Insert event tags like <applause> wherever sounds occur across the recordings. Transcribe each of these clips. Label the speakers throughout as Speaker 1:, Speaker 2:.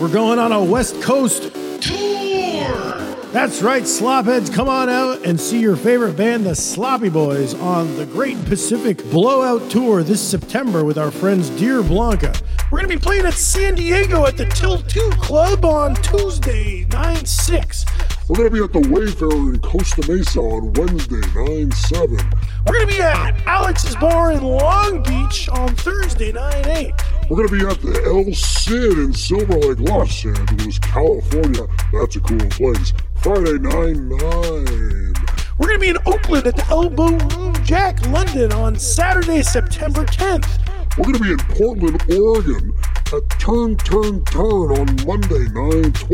Speaker 1: We're going on a West Coast tour. That's right, Slopheads. Come on out and see your favorite band, the Sloppy Boys, on the Great Pacific Blowout Tour this September with our friends Dear Blanca. We're going to be playing at San Diego at the Till 2 Club on Tuesday, 9 6.
Speaker 2: We're going to be at the Wayfarer in Costa Mesa on Wednesday, 9 7.
Speaker 1: We're going to be at Alex's Bar in Long Beach on Thursday, 9 8.
Speaker 2: We're going to be at the El Cid in Silver Lake, Los Angeles, California. That's a cool place. Friday, 9 9.
Speaker 1: We're going to be in Oakland at the Elbow Room Jack London on Saturday, September 10th.
Speaker 2: We're going to be in Portland, Oregon at Turn, Turn, Turn on Monday, 9 12.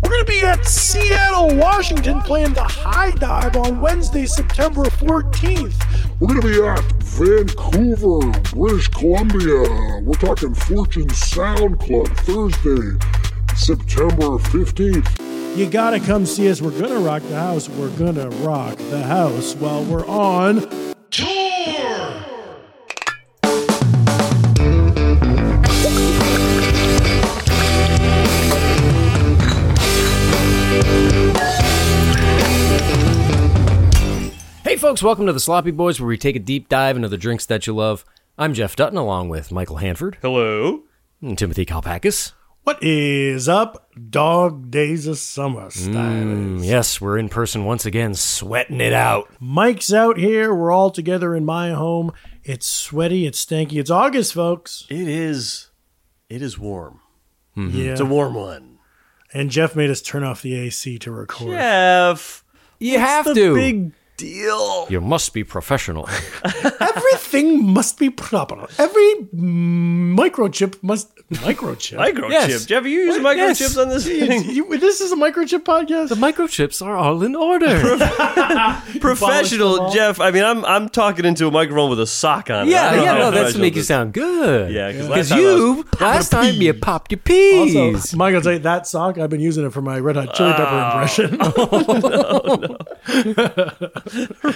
Speaker 1: We're going to be at Seattle, Washington, playing the High Dive on Wednesday, September 14th.
Speaker 2: We're going to be at Vancouver, British Columbia. We're talking Fortune Sound Club Thursday, September 15th.
Speaker 1: You got to come see us. We're going to rock the house. We're going to rock the house while we're on tour.
Speaker 3: Hey, folks, welcome to the Sloppy Boys, where we take a deep dive into the drinks that you love. I'm Jeff Dutton, along with Michael Hanford
Speaker 4: Hello.
Speaker 3: and Timothy Kalpakis.
Speaker 1: What is up, dog days of summer style?
Speaker 3: Mm, yes, we're in person once again, sweating it out.
Speaker 1: Mike's out here. We're all together in my home. It's sweaty. It's stanky. It's August, folks.
Speaker 4: It is. It is warm.
Speaker 1: Yeah.
Speaker 4: It's a warm one.
Speaker 1: and Jeff made us turn off the AC to record.
Speaker 4: Jeff,
Speaker 3: You have
Speaker 4: the
Speaker 3: to.
Speaker 4: big deal.
Speaker 3: you must be professional.
Speaker 1: Everything must be proper. Every microchip must microchip.
Speaker 4: Microchip.
Speaker 3: Yes.
Speaker 4: Jeff, are you using
Speaker 3: What?
Speaker 4: microchips
Speaker 3: Yes. <laughs>
Speaker 4: on this thing?
Speaker 1: You- this is a microchip podcast.
Speaker 3: the <laughs> microchips are all in
Speaker 4: <laughs>
Speaker 3: order.
Speaker 4: Professional, Jeff. I mean, I'm I'm talking into a microphone with a sock on. it. I
Speaker 3: yeah,
Speaker 4: don't
Speaker 3: yeah,
Speaker 4: know
Speaker 3: no,
Speaker 4: how
Speaker 3: that's
Speaker 4: professional
Speaker 3: make you
Speaker 4: this-
Speaker 3: sound good.
Speaker 4: Yeah, 'cause last
Speaker 3: because
Speaker 4: time I was
Speaker 3: you last time you popped your peas.
Speaker 1: also, Michael's like that sock. I've been using it for my Red Hot Chili Pepper impression.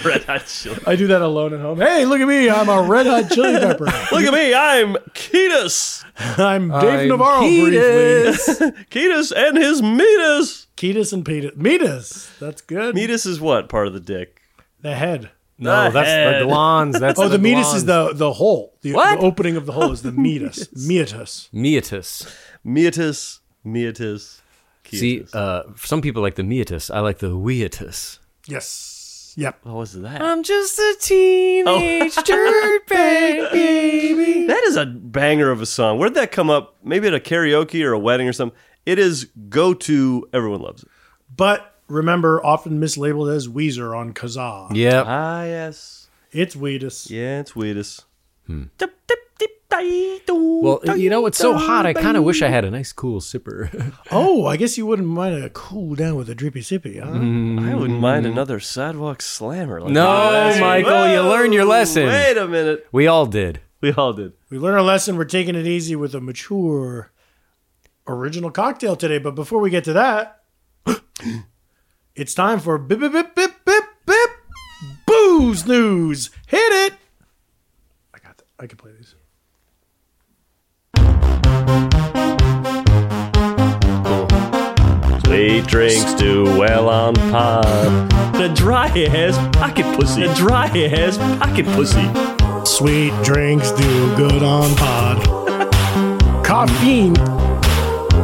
Speaker 4: Red Hot Chili.
Speaker 1: I do that alone at home. Hey, look at me! I'm a Red Hot <laughs> Chili Pepper.
Speaker 4: <laughs> Look at me. I'm Ketus.
Speaker 1: I'm Dave
Speaker 3: I'm
Speaker 1: Navarro. Briefly.
Speaker 4: <laughs>
Speaker 3: Ketus.
Speaker 4: Ketus and his meatus.
Speaker 1: Ketus and Petus. Metus. That's good.
Speaker 4: Meatus is what part of the dick?
Speaker 1: The head.
Speaker 3: no, Oh, that's the glons. That's
Speaker 1: Oh, the, meatus
Speaker 3: glons.
Speaker 1: is the the hole. The,
Speaker 3: What?
Speaker 1: the opening of the hole is <laughs> the meatus. meatus.
Speaker 3: meatus.
Speaker 4: meatus. Meatus. Ketus.
Speaker 3: See, uh, some people like the meatus. I like the weatus.
Speaker 1: Yes. Yep.
Speaker 4: what was that?
Speaker 3: I'm just a teenage <laughs> dirtbag baby.
Speaker 4: That is a banger of a song. Where'd that come up? Maybe at a karaoke or a wedding or something. It is go to everyone loves it.
Speaker 1: But remember, often mislabeled as Weezer on Kazaa.
Speaker 3: Yep.
Speaker 4: Ah yes.
Speaker 1: It's Weetus.
Speaker 4: Yeah, it's Wheatus.
Speaker 3: Well, you know, it's so hot. I kind of wish I had a nice, cool <laughs> sipper.
Speaker 1: Oh, I guess you wouldn't mind a cool down with a drippy sippy, huh?
Speaker 3: Mm-hmm.
Speaker 4: I wouldn't mind another sidewalk slammer. Like
Speaker 3: No,
Speaker 4: that last one.
Speaker 3: Michael, you learned your lesson.
Speaker 4: Wait a minute.
Speaker 3: we all did.
Speaker 4: We all did.
Speaker 1: We learned our lesson. We're taking it easy with a mature original cocktail today. But before we get to that, <gasps> it's time for bip bip bip bip bip bip booze news. Hit it. I got. That. I can play these.
Speaker 4: Lee drinks too well on pond. The dry has pocket pussy. The dry has pocket pussy.
Speaker 1: Sweet drinks do good on pod. <laughs> Caffeine.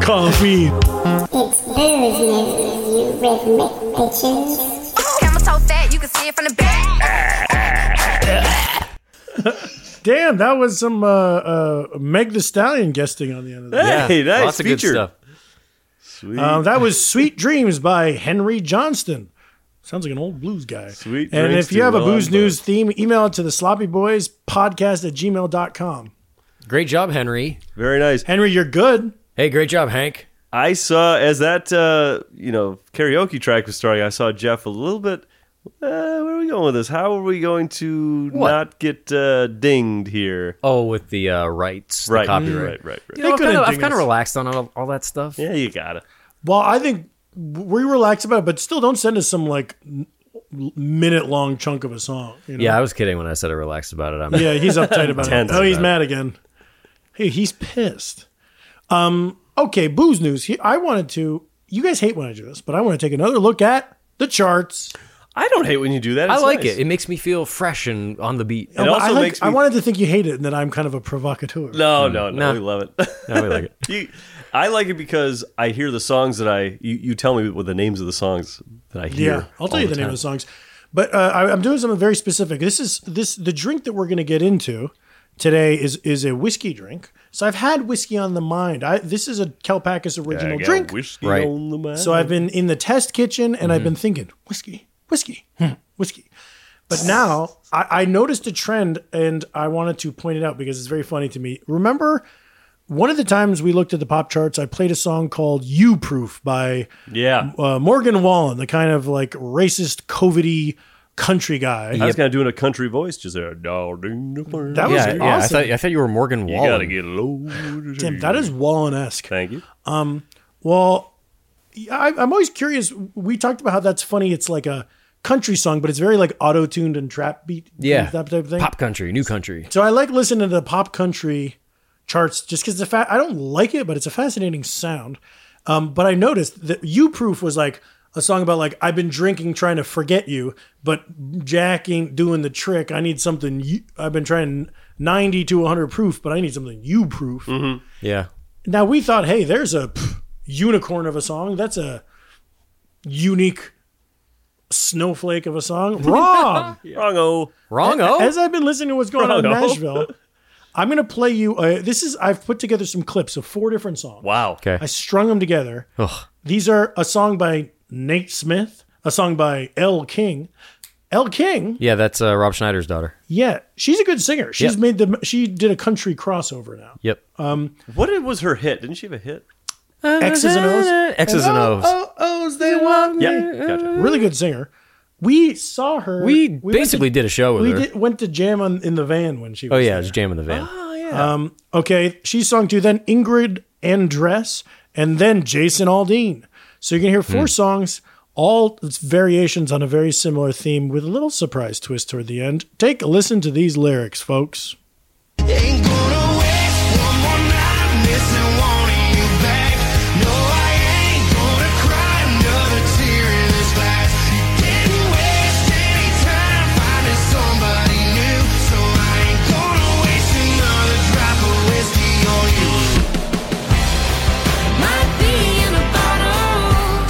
Speaker 1: Coffee.
Speaker 5: It's booze news, you rhythmic bitches.
Speaker 6: Camera so fat, you can see it from the back.
Speaker 1: Damn, that was some uh, uh, Meg the Stallion guesting on the end of that.
Speaker 4: Hey, nice
Speaker 3: Lots of good
Speaker 4: feature.
Speaker 3: stuff.
Speaker 4: Sweet.
Speaker 1: Um, that was Sweet Dreams by Henry Johnston. Sounds like an old blues guy.
Speaker 4: Sweet
Speaker 1: And
Speaker 4: drinks
Speaker 1: if you
Speaker 4: do
Speaker 1: have a
Speaker 4: well on
Speaker 1: booze
Speaker 4: both.
Speaker 1: news theme, email it to the sloppy boys podcast at gmail.com.
Speaker 3: Great job, Henry.
Speaker 4: Very nice.
Speaker 1: Henry, you're good.
Speaker 3: Hey, great job, Hank.
Speaker 4: I saw as that uh, you know karaoke track was starting. I saw Jeff a little bit. Uh, where are we going with this? How are we going to
Speaker 3: What?
Speaker 4: not get uh, dinged here?
Speaker 3: Oh, with the uh, rights, the
Speaker 4: Right,
Speaker 3: copyright.
Speaker 4: right, right, right.
Speaker 3: You know,
Speaker 1: They
Speaker 3: I've
Speaker 1: couldn't
Speaker 3: kinda-
Speaker 1: ding
Speaker 3: I've kind
Speaker 1: us.
Speaker 3: of relaxed on all, all that stuff.
Speaker 4: Yeah, you gotta.
Speaker 1: Well, I think we relax about it, but still don't send us some like minute long chunk of a song. You know?
Speaker 3: Yeah, I was kidding when I said I relaxed about it.
Speaker 1: <laughs>
Speaker 3: I'm,
Speaker 1: Yeah, he's uptight about it.
Speaker 4: Tense
Speaker 1: Oh, he's
Speaker 4: about
Speaker 1: mad again. Hey, he's pissed. Um, Okay, booze news. He- I wanted to. You guys hate when I do this, but I want to take another look at the charts.
Speaker 4: I don't hate when you do
Speaker 3: <laughs>
Speaker 4: that.
Speaker 3: I
Speaker 4: It's
Speaker 3: like
Speaker 4: nice.
Speaker 3: it. It makes me feel fresh and on the beat.
Speaker 4: It also
Speaker 1: I, like-
Speaker 4: makes me.
Speaker 1: I wanted to think you hate it and that I'm kind of a provocateur.
Speaker 4: no, no, no.
Speaker 3: Nah.
Speaker 4: We love it. <laughs>
Speaker 3: No, we like it.
Speaker 4: You- I like it because I hear the songs that I. You, you tell me what the names of the songs that I hear.
Speaker 1: Yeah, I'll tell you the, name of the songs. But uh, I, I'm doing something very specific. This is this the drink that we're going to get into today is is a whiskey drink. So I've had whiskey on the mind. I this is a Calpacus
Speaker 4: I
Speaker 1: original
Speaker 4: got
Speaker 1: drink.
Speaker 4: whiskey
Speaker 3: Right.
Speaker 4: on the mind.
Speaker 1: So I've been in the test kitchen and
Speaker 3: Mm-hmm.
Speaker 1: I've been thinking whiskey, whiskey, hmm, whiskey. But now I, I noticed a trend and I wanted to point it out because it's very funny to me. Remember one of the times we looked at the pop charts, I played a song called "You Proof" by
Speaker 4: yeah.
Speaker 1: uh, Morgan Wallen, the kind of like racist, covidy country guy.
Speaker 4: I was kind of doing a country voice, just there. That
Speaker 1: That was
Speaker 3: Yeah, yeah. I
Speaker 1: awesome.
Speaker 3: thought, I thought you were Morgan
Speaker 4: You gotta
Speaker 3: Wallen.
Speaker 4: get loaded.
Speaker 1: Damn, that is Wallen esque.
Speaker 4: Thank you.
Speaker 1: Well, yeah, I, I'm always curious. We talked about how that's funny. It's like a country song, but it's very like auto tuned and trap beat.
Speaker 3: Yeah,
Speaker 1: That type of thing.
Speaker 3: Pop country, new country.
Speaker 1: So I like listening to the pop country charts just because the fact I don't like it, but it's a fascinating sound. Um, but I noticed that "You Proof" was like a song about like I've been drinking, trying to forget you, but Jack ain't doing the trick. I need something. You, I've been trying ninety to one hundred proof, but I need something you proof.
Speaker 3: Yeah,
Speaker 1: Now we thought, hey, there's a pff, unicorn of a song. That's a unique snowflake of a song. Wrong.
Speaker 4: Wrong-o.
Speaker 3: wrong.
Speaker 1: As I've been listening to what's going
Speaker 3: Oh,
Speaker 1: on in
Speaker 4: Frodo.
Speaker 1: Nashville, I'm going to play you. Uh, this is I've put together some clips of four different songs.
Speaker 4: Wow.
Speaker 3: Okay.
Speaker 1: I strung them together.
Speaker 3: Ugh.
Speaker 1: These are a song by Nate Smith, a song by L King. L King,
Speaker 3: Yeah, that's uh, Rob Schneider's daughter.
Speaker 1: yeah, she's a good singer. She's
Speaker 3: Yeah.
Speaker 1: made the she did a country crossover now.
Speaker 3: Yep.
Speaker 4: What it- was her hit? Didn't she have a hit?
Speaker 1: X's and O's.
Speaker 3: Eh, X's and O's.
Speaker 1: Oh, O's they want me.
Speaker 4: Yeah. Gotcha.
Speaker 1: Really good singer. We saw her.
Speaker 3: We,
Speaker 1: went
Speaker 3: basically
Speaker 1: to-
Speaker 3: did a show with
Speaker 1: we
Speaker 3: her.
Speaker 1: did, went to jam on in the van when she.
Speaker 3: oh
Speaker 1: was
Speaker 3: yeah,
Speaker 1: there.
Speaker 3: it was Jam in the Van.
Speaker 1: Okay, she's sung to then Ingrid Andress and then Jason Aldean. So you can hear four songs, all variations on a very similar theme with a little surprise twist toward the end. Take a listen to these lyrics, folks.
Speaker 7: Ain't gonna waste one more night missing wanting you back. No, I ain't gonna cry another tear in this glass. You didn't waste any time finding somebody new, so I ain't gonna waste another drop of whiskey on you.
Speaker 6: Might be in a bottle,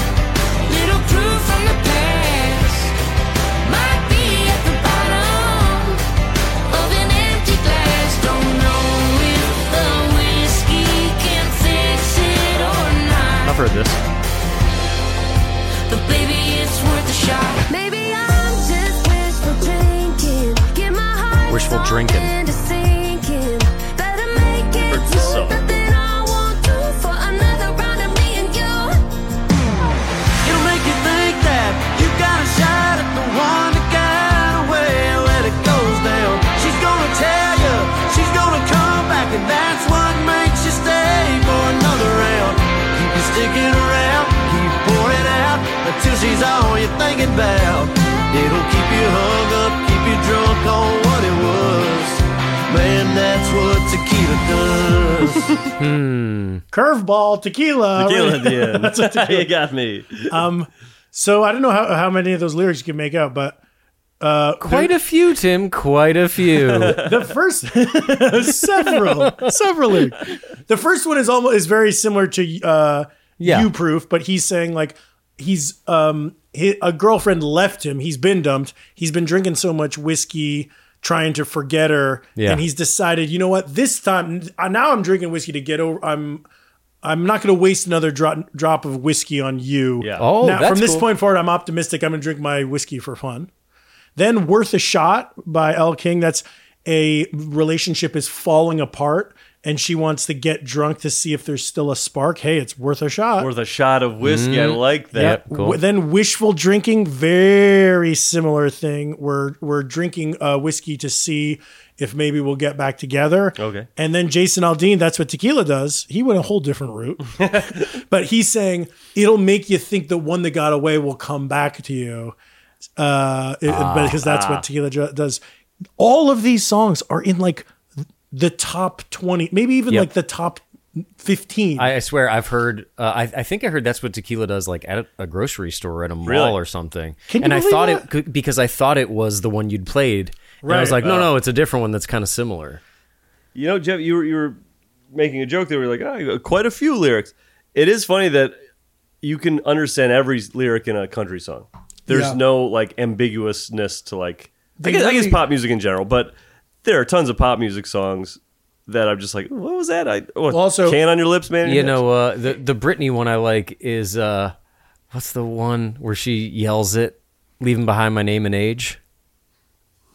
Speaker 6: little proof from the past. Might be at the bottom of an empty glass. Don't know if the whiskey can fix it or not.
Speaker 3: I've heard this.
Speaker 6: But baby, it's worth a shot. Maybe I'm just wishful drinking. Get my heart
Speaker 3: Wishful drinking.
Speaker 6: started to sinking. Better make it
Speaker 4: Heard
Speaker 6: do
Speaker 4: this song.
Speaker 6: nothing I won't do for another round of me and you.
Speaker 8: It'll make you think that you got a shot at the one that got away. Let it goes down. She's gonna tell you, she's gonna come back, and that's what makes you stay for another round. Keep you sticking around, keep pouring out until she's all you're thinking about. It'll keep you hung up, keep you drunk on what it was. Man, that's what tequila does.
Speaker 4: <laughs>
Speaker 1: Curveball tequila.
Speaker 4: Tequila
Speaker 1: <laughs>
Speaker 4: at the end. That's you got me.
Speaker 1: So I don't know how, how many of those lyrics you can make out, but
Speaker 3: Quite a few, Tim. Quite a
Speaker 1: <laughs>
Speaker 3: few.
Speaker 1: the first <laughs> several several lyrics. The first one is almost is very similar to uh,
Speaker 3: Yeah.
Speaker 1: you proof, but he's saying like he's um hi a girlfriend left him. He's been dumped. He's been drinking so much whiskey, trying to forget her,
Speaker 3: Yeah.
Speaker 1: and he's decided you know what this time uh, now I'm drinking whiskey to get over. I'm I'm not going to waste another drop drop of whiskey on you.
Speaker 4: Yeah.
Speaker 3: Oh,
Speaker 1: now,
Speaker 3: that's
Speaker 1: from this
Speaker 3: cool.
Speaker 1: point forward, I'm optimistic. I'm going to drink my whiskey for fun. Then Worth a Shot by L. King. That's a relationship is falling apart and she wants to get drunk to see if there's still a spark. Hey, it's worth a shot.
Speaker 4: Worth a shot of whiskey. I like that.
Speaker 3: Yep, cool.
Speaker 1: W- Then wishful drinking, very similar thing. We're we're drinking uh, whiskey to see if maybe we'll get back together.
Speaker 4: Okay.
Speaker 1: And then Jason Aldean, that's what tequila does. He went a whole different
Speaker 3: <laughs>
Speaker 1: route, but he's saying it'll make you think the one that got away will come back to you, uh, it- because that's
Speaker 3: Ah.
Speaker 1: what tequila jo- does. All of these songs are in like the top twenty, maybe even
Speaker 3: Yep.
Speaker 1: like the top 15.
Speaker 3: I, I swear I've heard. Uh, I, I think I heard that's what tequila does, like at a, a grocery store, at a mall
Speaker 4: Really?
Speaker 3: or something.
Speaker 1: Can you
Speaker 3: and I
Speaker 1: believe
Speaker 3: thought
Speaker 1: that?
Speaker 3: it could, because I thought it was the one you'd played. And I was
Speaker 1: Right. Uh.
Speaker 3: like, no, no, it's a different one that's kind of similar.
Speaker 4: You know, Jeff, you were you were making a joke. They were like, oh, you got quite a few lyrics. It is funny that you can understand every lyric in a country song. There's
Speaker 1: Yeah.
Speaker 4: no like ambiguousness to like. I
Speaker 1: They
Speaker 4: guess, I guess
Speaker 1: really-
Speaker 4: pop music in general, but there are tons of pop music songs that I'm just like, what was that? I what,
Speaker 1: also-
Speaker 4: can on your lips, man.
Speaker 3: You know, uh, the the Britney one I like is uh, what's the one where she yells it, leaving behind my name and age.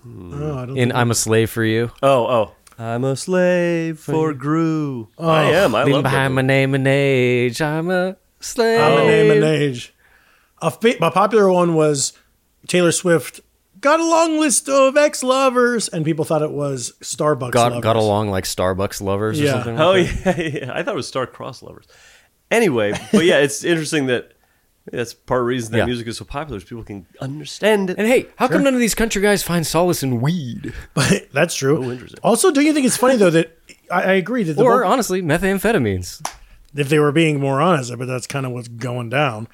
Speaker 1: No, Oh, I don't
Speaker 3: In
Speaker 1: think-
Speaker 3: I'm a slave for you,
Speaker 4: Oh, oh. I'm a slave for Gru. I am. I
Speaker 3: leaving
Speaker 4: love that.
Speaker 3: behind my name and age. I'm a slave.
Speaker 1: I'm a name
Speaker 3: Oh.
Speaker 1: and age. A, fa- a popular one was Taylor Swift got a long list of ex lovers, and people thought it was Starbucks
Speaker 3: Got
Speaker 1: lovers.
Speaker 3: got along like Starbucks lovers or
Speaker 1: Yeah.
Speaker 3: something.
Speaker 4: Oh yeah, yeah, <laughs> I thought it was Star Cross lovers. Anyway, but
Speaker 3: <laughs>
Speaker 4: yeah, it's interesting that that's part of the reason that
Speaker 3: Yeah.
Speaker 4: music is so popular is people can understand it.
Speaker 3: And hey, how come none of these country guys find solace in weed?
Speaker 1: <laughs> But that's true.
Speaker 4: interesting.
Speaker 1: also, don't you think it's funny though that I, I agree that the
Speaker 3: or
Speaker 1: voc-
Speaker 3: honestly, methamphetamines.
Speaker 1: if they were being more honest, but that's kind of what's going down.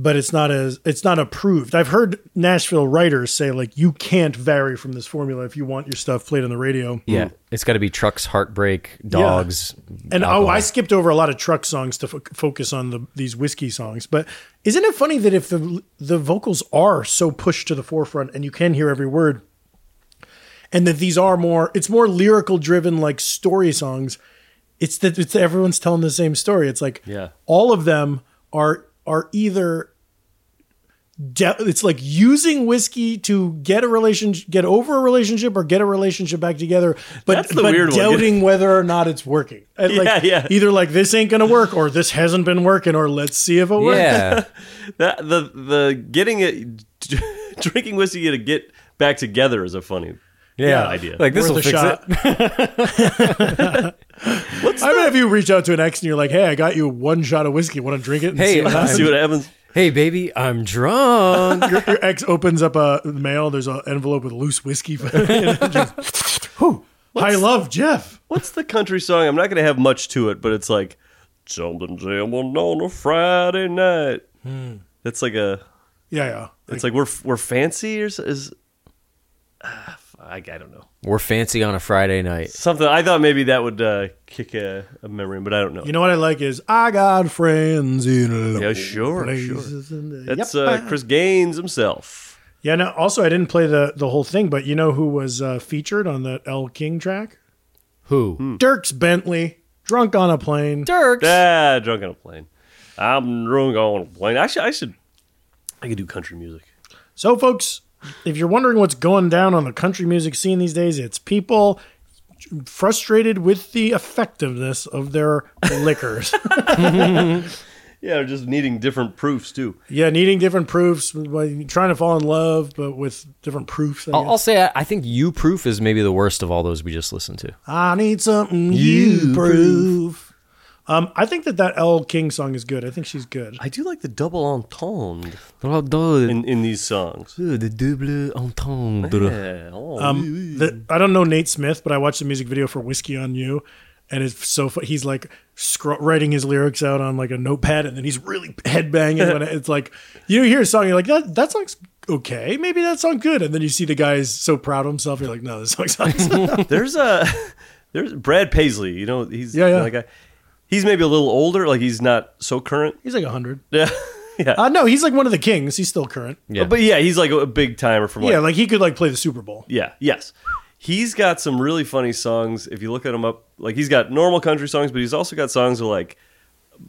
Speaker 1: But it's not as it's not approved. I've heard Nashville writers say like you can't vary from this formula if you want your stuff played on the radio.
Speaker 3: Yeah, it's got to be trucks, heartbreak,
Speaker 1: <laughs>
Speaker 3: dogs,
Speaker 1: And
Speaker 3: alcohol.
Speaker 1: oh, I skipped over a lot of truck songs to fo- focus on the these whiskey songs. But isn't it funny that if the the vocals are so pushed to the forefront and you can hear every word, and that these are more it's more lyrical driven like story songs, it's that it's everyone's telling the same story. It's like
Speaker 4: Yeah.
Speaker 1: all of them are are either de- it's like using whiskey to get a relationship, get over a relationship, or get a relationship back together. But
Speaker 4: That's the
Speaker 1: but
Speaker 4: weird one.
Speaker 1: doubting whether or not it's working. And, like,
Speaker 4: Yeah, yeah.
Speaker 1: Either like this ain't gonna work, or this hasn't been working, or let's see if it works.
Speaker 3: yeah,
Speaker 4: That the the getting it, <laughs> drinking whiskey to get back together is a funny
Speaker 1: Yeah.
Speaker 4: idea.
Speaker 3: like this
Speaker 1: Worth
Speaker 3: will
Speaker 1: a
Speaker 3: fix
Speaker 1: shot.
Speaker 3: it.
Speaker 1: <laughs> I mean, if you reach out to an ex and you're like, "Hey, I got you one shot of whiskey. Want to drink it?" And
Speaker 3: Hey,
Speaker 1: see what
Speaker 3: uh,
Speaker 1: happens?
Speaker 4: see what happens.
Speaker 3: Hey, baby, I'm drunk.
Speaker 1: your, <laughs> your ex opens up a mail. There's an envelope with loose whiskey. <laughs> and it
Speaker 3: <laughs>
Speaker 1: just- Whew. I love Jeff.
Speaker 4: What's the country song? I'm not going to have much to it, but it's like something's happening on a Friday night.
Speaker 3: Hmm.
Speaker 4: That's like a.
Speaker 1: Yeah, yeah.
Speaker 4: It's like we're we're fancy or s- is. Ah, fuck, I don't know.
Speaker 3: We're fancy on a Friday night.
Speaker 4: Something I thought maybe that would uh, kick a, a memory, but I don't know.
Speaker 1: You know what I like is I got friends in low
Speaker 4: Yeah, sure,
Speaker 1: places. and they-
Speaker 4: That's
Speaker 1: Yep.
Speaker 4: uh, Chris Gaines himself.
Speaker 1: yeah. No, also, I didn't play the the whole thing, but you know who was uh, featured on the L King track?
Speaker 3: Who?
Speaker 1: Dirks Bentley, drunk on a plane.
Speaker 3: Dirks.
Speaker 4: Ah, drunk on a plane. I'm drunk on a plane. Actually, I should. I could do country music.
Speaker 1: So, folks, if you're wondering what's going down on the country music scene these days, it's people frustrated with the effectiveness of their <laughs> liquors.
Speaker 4: Yeah, just needing different proofs too.
Speaker 1: yeah, needing different proofs, like, trying to fall in love, but with different proofs. I,
Speaker 3: I'll, I'll
Speaker 1: guess.
Speaker 3: say I, I think you proof is maybe the worst of all those we just listened to.
Speaker 1: I need something you
Speaker 3: You
Speaker 1: proof. Um, I think that that L King song is good. I think she's good.
Speaker 4: I do like the double entendre
Speaker 3: The
Speaker 4: in, in these songs.
Speaker 3: double entendre.
Speaker 4: Yeah,
Speaker 1: <laughs>
Speaker 4: oh.
Speaker 1: Um, the, I don't know Nate Smith, but I watched the music video for "Whiskey on You," and it's so fu- he's like scr- writing his lyrics out on like a notepad, and then he's really headbanging.
Speaker 4: <laughs>
Speaker 1: when it- it's like you hear a song, you're like that that song's okay, maybe that song's good, and then you see the guy's so proud of himself, you're like, no, this song
Speaker 4: <laughs>
Speaker 1: sucks.
Speaker 4: there's a there's Brad Paisley. You know, he's
Speaker 1: Yeah, yeah.
Speaker 4: you know, that guy. He's maybe a little older. Like he's not so current. <laughs>
Speaker 1: he's like hundred.
Speaker 4: Yeah, yeah.
Speaker 1: Uh, no, he's like one of the kings. He's still current.
Speaker 3: Yeah.
Speaker 4: But yeah, he's like a big timer from like
Speaker 1: Yeah, like he could like play the Super Bowl.
Speaker 4: Yeah, yes. He's got some really funny songs. If you look at him up, like he's got normal country songs, but he's also got songs with, like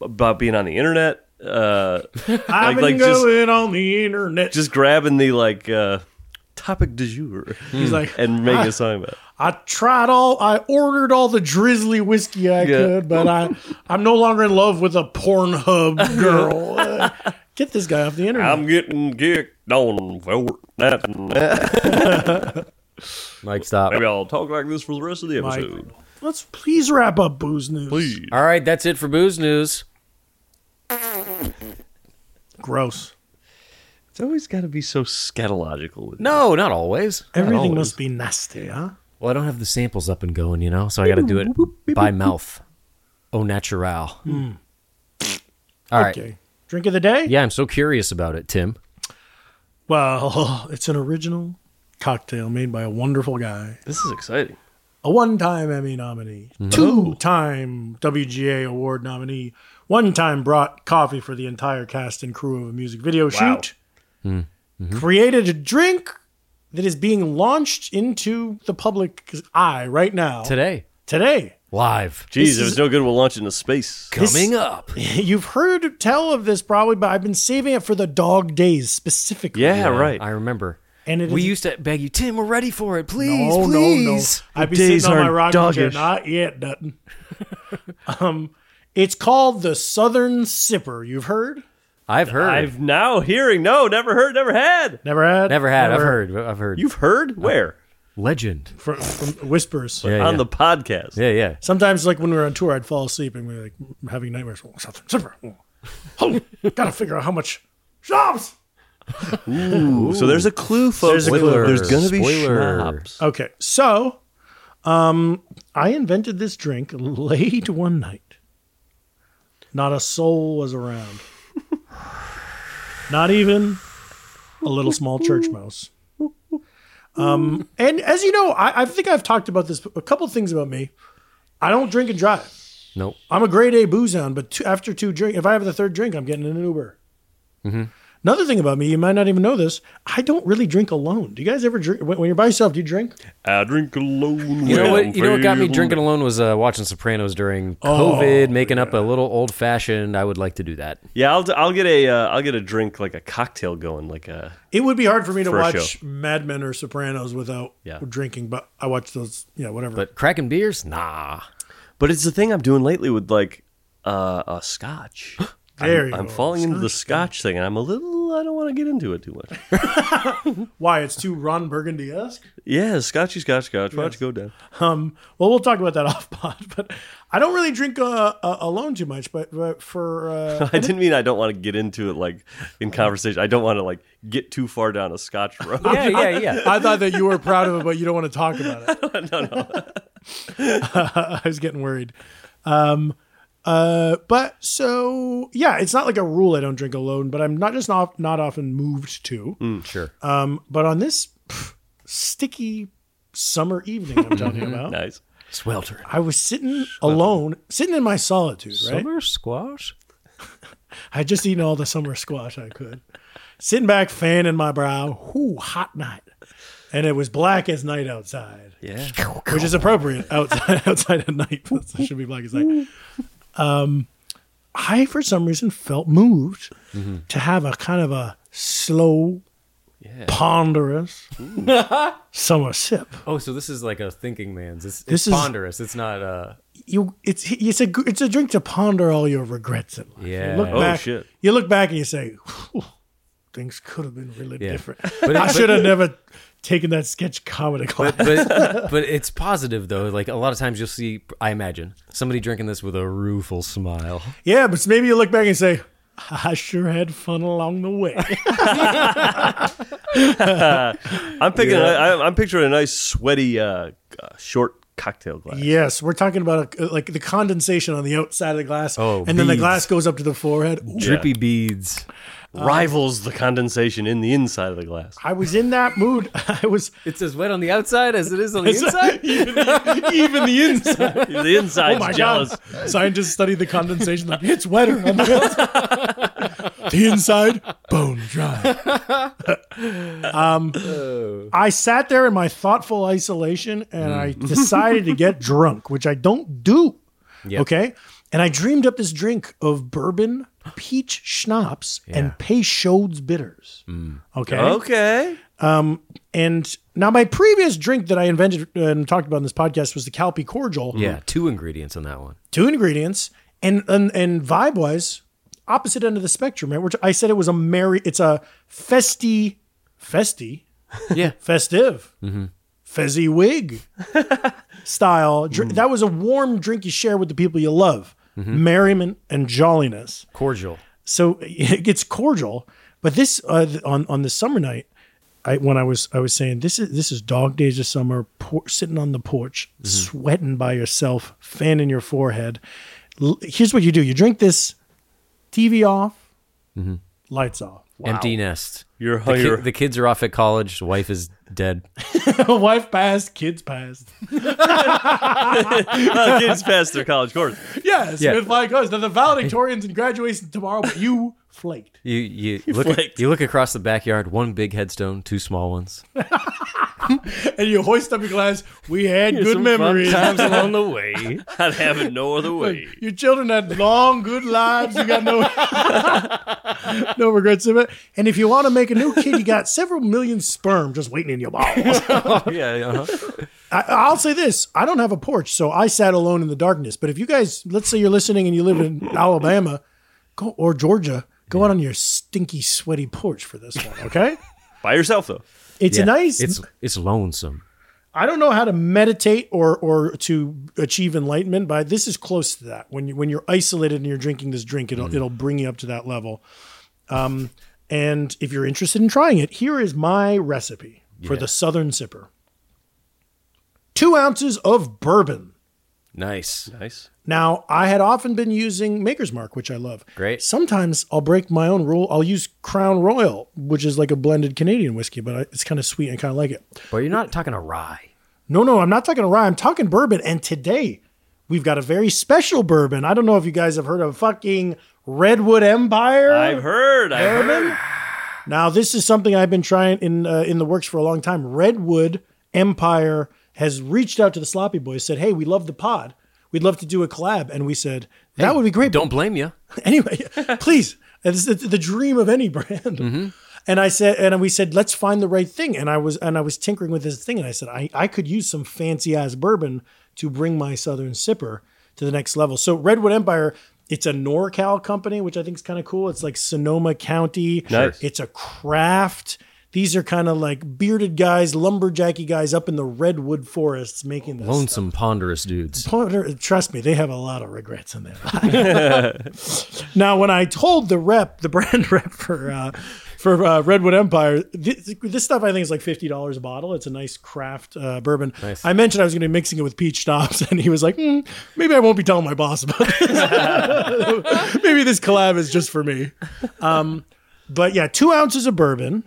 Speaker 4: about being on the internet, uh,
Speaker 1: I've been
Speaker 4: like, just-
Speaker 1: going on the internet.
Speaker 4: just grabbing the like uh, topic du jour
Speaker 1: he's like,
Speaker 4: and making a song about. it.
Speaker 1: I tried all, I ordered all the drizzly whiskey I could, but I, I'm no longer in love with a Pornhub girl. Uh, get this guy off the internet.
Speaker 4: I'm getting kicked on for that and that.
Speaker 3: Mike, stop.
Speaker 4: Maybe I'll talk like this for the rest of the
Speaker 1: Mike.
Speaker 4: episode.
Speaker 1: Let's please wrap up booze news.
Speaker 4: Please.
Speaker 3: All right, that's it for booze news.
Speaker 1: Gross.
Speaker 4: It's always got to be so scatological with
Speaker 3: No, not always.
Speaker 1: Everything must be nasty, huh?
Speaker 3: Well, I don't have the samples up and going, you know, so I got to do it by mouth. au naturel. All
Speaker 1: Hmm.
Speaker 3: right.
Speaker 1: Okay. Drink of the day?
Speaker 3: Yeah, I'm so curious about it, Tim.
Speaker 1: Well, <laughs> it's an original cocktail made by a wonderful guy.
Speaker 4: This is exciting.
Speaker 1: a one-time Emmy nominee,
Speaker 3: Mm-hmm.
Speaker 1: two-time WGA award nominee, one-time brought coffee for the entire cast and crew of a music video shoot,
Speaker 3: Hmm. Mm-hmm.
Speaker 1: created a drink that is being launched into the public eye right now
Speaker 3: Today,
Speaker 1: Today. <laughs>
Speaker 3: live.
Speaker 4: Jeez,
Speaker 1: is-
Speaker 4: it was no good. We'll launch into space.
Speaker 1: This-
Speaker 3: Coming up.
Speaker 1: You've heard tell of this probably, but I've been saving it for the dog days specifically.
Speaker 4: Yeah, right.
Speaker 3: I remember.
Speaker 1: And it
Speaker 3: we
Speaker 1: is-
Speaker 3: used to beg you, Tim, we're ready for it. Please,
Speaker 1: no, no, no.
Speaker 3: please.
Speaker 1: I'd be
Speaker 4: days
Speaker 1: sitting on my
Speaker 4: are
Speaker 1: rocking chair,
Speaker 4: doggish.
Speaker 1: not yet nothing. <laughs> um, it's called the Southern Sipper. You've heard?
Speaker 3: I've heard. I've
Speaker 4: I've now hearing. No, never heard. Never had.
Speaker 1: Never had?
Speaker 3: never had. I've heard. I've heard.
Speaker 4: You've heard where
Speaker 3: Legend.
Speaker 1: From, from whispers.
Speaker 3: Yeah,
Speaker 4: on
Speaker 3: yeah.
Speaker 4: the podcast.
Speaker 3: yeah, yeah.
Speaker 1: Sometimes, like when we were on tour, I'd fall asleep and we were like having nightmares. Oh, Southern Sipper. Oh, <laughs> gotta figure out how much. Shops!
Speaker 4: Ooh, so there's a clue, folks.
Speaker 3: a clue.
Speaker 4: There's gonna be
Speaker 3: Spoiler.
Speaker 4: schnapps.
Speaker 1: Okay, so um, I invented this drink late one night. Not a soul was around. Not even a little small church mouse. Um, and as you know, I, I think I've talked about this. A couple things about me: I don't drink and drive.
Speaker 3: Nope.
Speaker 1: I'm a grade A booze hound, but two, after two drink, if I have the third drink, I'm getting in an Uber. Another thing about me, you might not even know this: I don't really drink alone. Do you guys ever drink when, when you're by yourself? Do you drink?
Speaker 4: I drink alone.
Speaker 3: You know
Speaker 4: when
Speaker 3: what?
Speaker 4: I'm
Speaker 3: You know what got me
Speaker 4: feeling-
Speaker 3: drinking alone was uh, watching Sopranos during
Speaker 1: Oh,
Speaker 3: COVID, making up a little old fashioned. I would like to do that.
Speaker 4: Yeah, I'll, I'll get a uh, I'll get a drink like a cocktail going like a
Speaker 1: It would be hard for me to
Speaker 4: For a
Speaker 1: watch Mad Men or Sopranos without
Speaker 4: Yeah.
Speaker 1: drinking, but I watch those, yeah, whatever.
Speaker 3: But cracking beers, nah.
Speaker 4: But it's the thing I'm doing lately with like uh, a <gasps> scotch.
Speaker 1: There
Speaker 4: I'm,
Speaker 1: you
Speaker 4: I'm
Speaker 1: go,
Speaker 4: falling into the scotch thing, and I'm a little. I don't want to get into it too much.
Speaker 1: Why? It's too Ron Burgundy esque.
Speaker 4: yeah, scotchy, scotch, scotch. Watch it go down. <laughs>
Speaker 1: Um, well, we'll talk about that <laughs> off pod, but I don't really drink uh, uh, alone too much. But, but for
Speaker 4: <laughs>
Speaker 1: uh,
Speaker 4: I didn't mean I don't want to get into it like in conversation. I don't want to like get too far down a scotch <laughs> road.
Speaker 3: Yeah, yeah, yeah.
Speaker 1: I thought that you were proud of it, but you don't want to talk about it. no, no. <laughs> I was getting worried. Um, uh, but so yeah, it's not like a rule I don't drink alone, but I'm not just not not often moved to.
Speaker 3: sure.
Speaker 1: Um, but on this pff, sticky summer evening, I'm
Speaker 4: <laughs>
Speaker 1: talking about,
Speaker 4: nice.
Speaker 3: Swelter.
Speaker 1: I was sitting alone, sitting in my solitude. Right,
Speaker 3: Summer squash.
Speaker 1: I just eaten all the summer squash I could, sitting back, fanning my brow. Ooh, hot night, and it was black as night outside.
Speaker 4: Yeah.
Speaker 1: which is appropriate <laughs> outside outside at night. <laughs> It should be black as night. Um, I for some reason felt moved
Speaker 4: Mm-hmm.
Speaker 1: to have a kind of a slow,
Speaker 4: <laughs>
Speaker 1: ponderous summer sip.
Speaker 3: Oh, so this is like a thinking man's. It's,
Speaker 1: This
Speaker 3: it's
Speaker 1: is-
Speaker 3: ponderous. It's not. Uh,
Speaker 1: You, it's it's a gr- it's a drink to ponder all your regrets in life.
Speaker 3: yeah.
Speaker 1: You look
Speaker 4: Oh,
Speaker 1: back,
Speaker 4: shit.
Speaker 1: you look back and you say, "Whew, things could have been really
Speaker 3: Yeah.
Speaker 1: different.
Speaker 3: <laughs> But it-
Speaker 1: I
Speaker 3: but-
Speaker 1: should have never taken that sketch comedy class.
Speaker 3: but <laughs> but it's positive though. Like a lot of times you'll see, I imagine somebody drinking this with a rueful smile.
Speaker 1: <laughs> Yeah, but maybe you look back and say, I sure had fun along the
Speaker 3: <laughs>
Speaker 1: way.
Speaker 4: I'm picking. I, I'm picturing a nice sweaty uh, uh, short cocktail glass.
Speaker 1: yes, we're talking about uh like the condensation on the outside of the glass.
Speaker 3: Oh,
Speaker 1: and then the
Speaker 3: beads.
Speaker 1: glass goes up to the forehead. Ooh.
Speaker 3: Drippy beads.
Speaker 1: Uh,
Speaker 4: Rivals the condensation in the inside of the glass.
Speaker 1: I was in that mood. <laughs> I was
Speaker 3: It's as wet on the outside as it is on the inside.
Speaker 1: even the inside.
Speaker 4: <laughs> The inside's
Speaker 1: Oh my
Speaker 4: jealous.
Speaker 1: god! Scientists study the condensation. Like it's wetter on the outside. the inside bone dry. <laughs> um, I sat there in my thoughtful isolation, and I decided to get drunk, which I don't do. Okay. And I dreamed up this drink of bourbon, peach schnapps, and Peychaud's bitters. Okay.
Speaker 3: Oh.
Speaker 4: Okay.
Speaker 1: And now, my previous drink that I invented and talked about in this podcast was the Calpe Cordial
Speaker 3: Yeah, two ingredients on that one.
Speaker 1: two ingredients and and, and vibe wise opposite end of the spectrum right which i said it was a merry it's a festy festy
Speaker 3: Yeah.
Speaker 1: <laughs> festive fezzy wig style dr- that was a warm drink you share with the people you love merriment and jolliness
Speaker 3: Cordial.
Speaker 1: so <laughs> it gets cordial but this uh, th- on on this summer night I, when I was I was saying this is this is dog days of
Speaker 3: Mm-hmm.
Speaker 1: summer, por- sitting on the porch, sweating by yourself, fanning your forehead, L- here's what you do: you drink this, TV off, lights off.
Speaker 3: Mm-hmm. Empty nest.
Speaker 4: You're
Speaker 3: the, ki-
Speaker 4: you're-
Speaker 3: the kids are off at college. Wife is dead.
Speaker 1: <laughs> Wife passed, kids passed. <laughs>
Speaker 4: Uh, kids passed their college
Speaker 1: <laughs>
Speaker 4: course.
Speaker 1: Yes,
Speaker 3: Yeah.
Speaker 1: with flying colors. Now the valedictorians in graduation tomorrow, but
Speaker 3: <laughs>
Speaker 1: you flaked.
Speaker 3: You you look
Speaker 4: flaked.
Speaker 3: you look across the backyard. One big headstone, two small ones.
Speaker 1: and you hoist up your glass. We had good
Speaker 3: Some fun <laughs>
Speaker 1: memories. <laughs>
Speaker 3: times along the way.
Speaker 4: <laughs> I'd have it no other way.
Speaker 1: Your children had long, good lives. You got no <laughs> no regrets of it. And if you want to make a new kid, you got several million sperm just waiting in your balls.
Speaker 3: yeah. uh-huh.
Speaker 1: I, I'll say this: I don't have a porch, so I sat alone in the darkness. But if you guys, let's say you're listening and you live in Alabama, go or Georgia, go out on your stinky, sweaty porch for this one.
Speaker 3: <laughs>
Speaker 1: Okay,
Speaker 4: By yourself though.
Speaker 1: it's
Speaker 3: Yeah.
Speaker 1: a nice.
Speaker 3: It's it's lonesome.
Speaker 1: I don't know how to meditate or or to achieve enlightenment, but this is close to that. When you when you're isolated and you're drinking this drink, it'll it'll bring you up to that level. Um, and if you're interested in trying it, here is my recipe for the Southern Sipper: two ounces of bourbon.
Speaker 3: Nice.
Speaker 4: Nice.
Speaker 1: Now, I had often been using Maker's Mark, which I love.
Speaker 3: Great.
Speaker 1: Sometimes I'll break my own rule. I'll use Crown Royal, which is like a blended Canadian whiskey, but I, it's kind of sweet and I kind of like it.
Speaker 3: But you're not talking a rye.
Speaker 1: No, no, I'm not talking rye. I'm talking bourbon. And today we've got a very special bourbon. I don't know if you guys have heard of fucking Redwood Empire.
Speaker 4: I've heard. I've heard.
Speaker 1: Now this is something I've been trying in uh, in the works for a long time. Redwood Empire has reached out to the Sloppy Boys, said, "Hey, we love the pod. We'd love to do a collab." And we said, "That would be great." but
Speaker 3: Don't blame you.
Speaker 1: <laughs> anyway, please. It's the, the dream of any brand. And I said, and we said, let's find the right thing. And I was, and I was tinkering with this thing, and I said, I, I could use some fancy ass bourbon to bring my Southern Sipper to the next level. So Redwood Empire, it's a NorCal company, which I think is kind of cool. It's like Sonoma County.
Speaker 4: Nice.
Speaker 1: It's a craft. These are kind of like bearded guys, lumberjacky guys up in the redwood forests making this.
Speaker 3: Lonesome, ponderous dudes.
Speaker 1: Pointer- trust me, they have a lot of regrets in their life. now, when I told the rep, the brand <laughs> rep for uh, for uh, Redwood Empire, this, this stuff I think is like fifty dollars a bottle. It's a nice craft uh, bourbon. I mentioned I was going to be mixing it with peach schnapps, <laughs> and he was like, "Hmm, "Maybe I won't be telling my boss about this. <laughs> maybe this collab is just for me." Um, but yeah, two ounces of bourbon,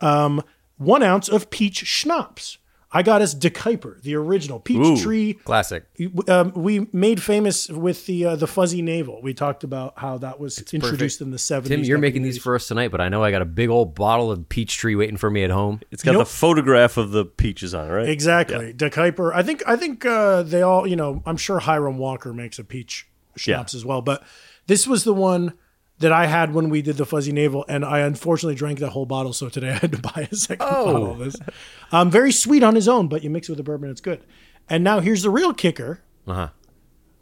Speaker 1: um, one ounce of peach schnapps. I got us De Kuyper, the original peach tree
Speaker 3: Classic.
Speaker 1: um, we made famous with the uh, the fuzzy navel. We talked about how that was introduced in the seventies.
Speaker 3: Tim, you're making these for us tonight, but I know I got a big old bottle of peach tree waiting for me at home.
Speaker 4: It's got
Speaker 1: Nope.
Speaker 4: the photograph of the peaches on it, right?
Speaker 1: exactly De Kuyper. I think I think uh, they all. You know, I'm sure Hiram Walker makes a peach schnapps as well. But this was the one that I had when we did the fuzzy navel, and I unfortunately drank that whole bottle. So today I had to <laughs> buy a second bottle of this. Um, very sweet on his own, but you mix it with the bourbon, it's good. And now here's the real kicker.
Speaker 3: Uh-huh.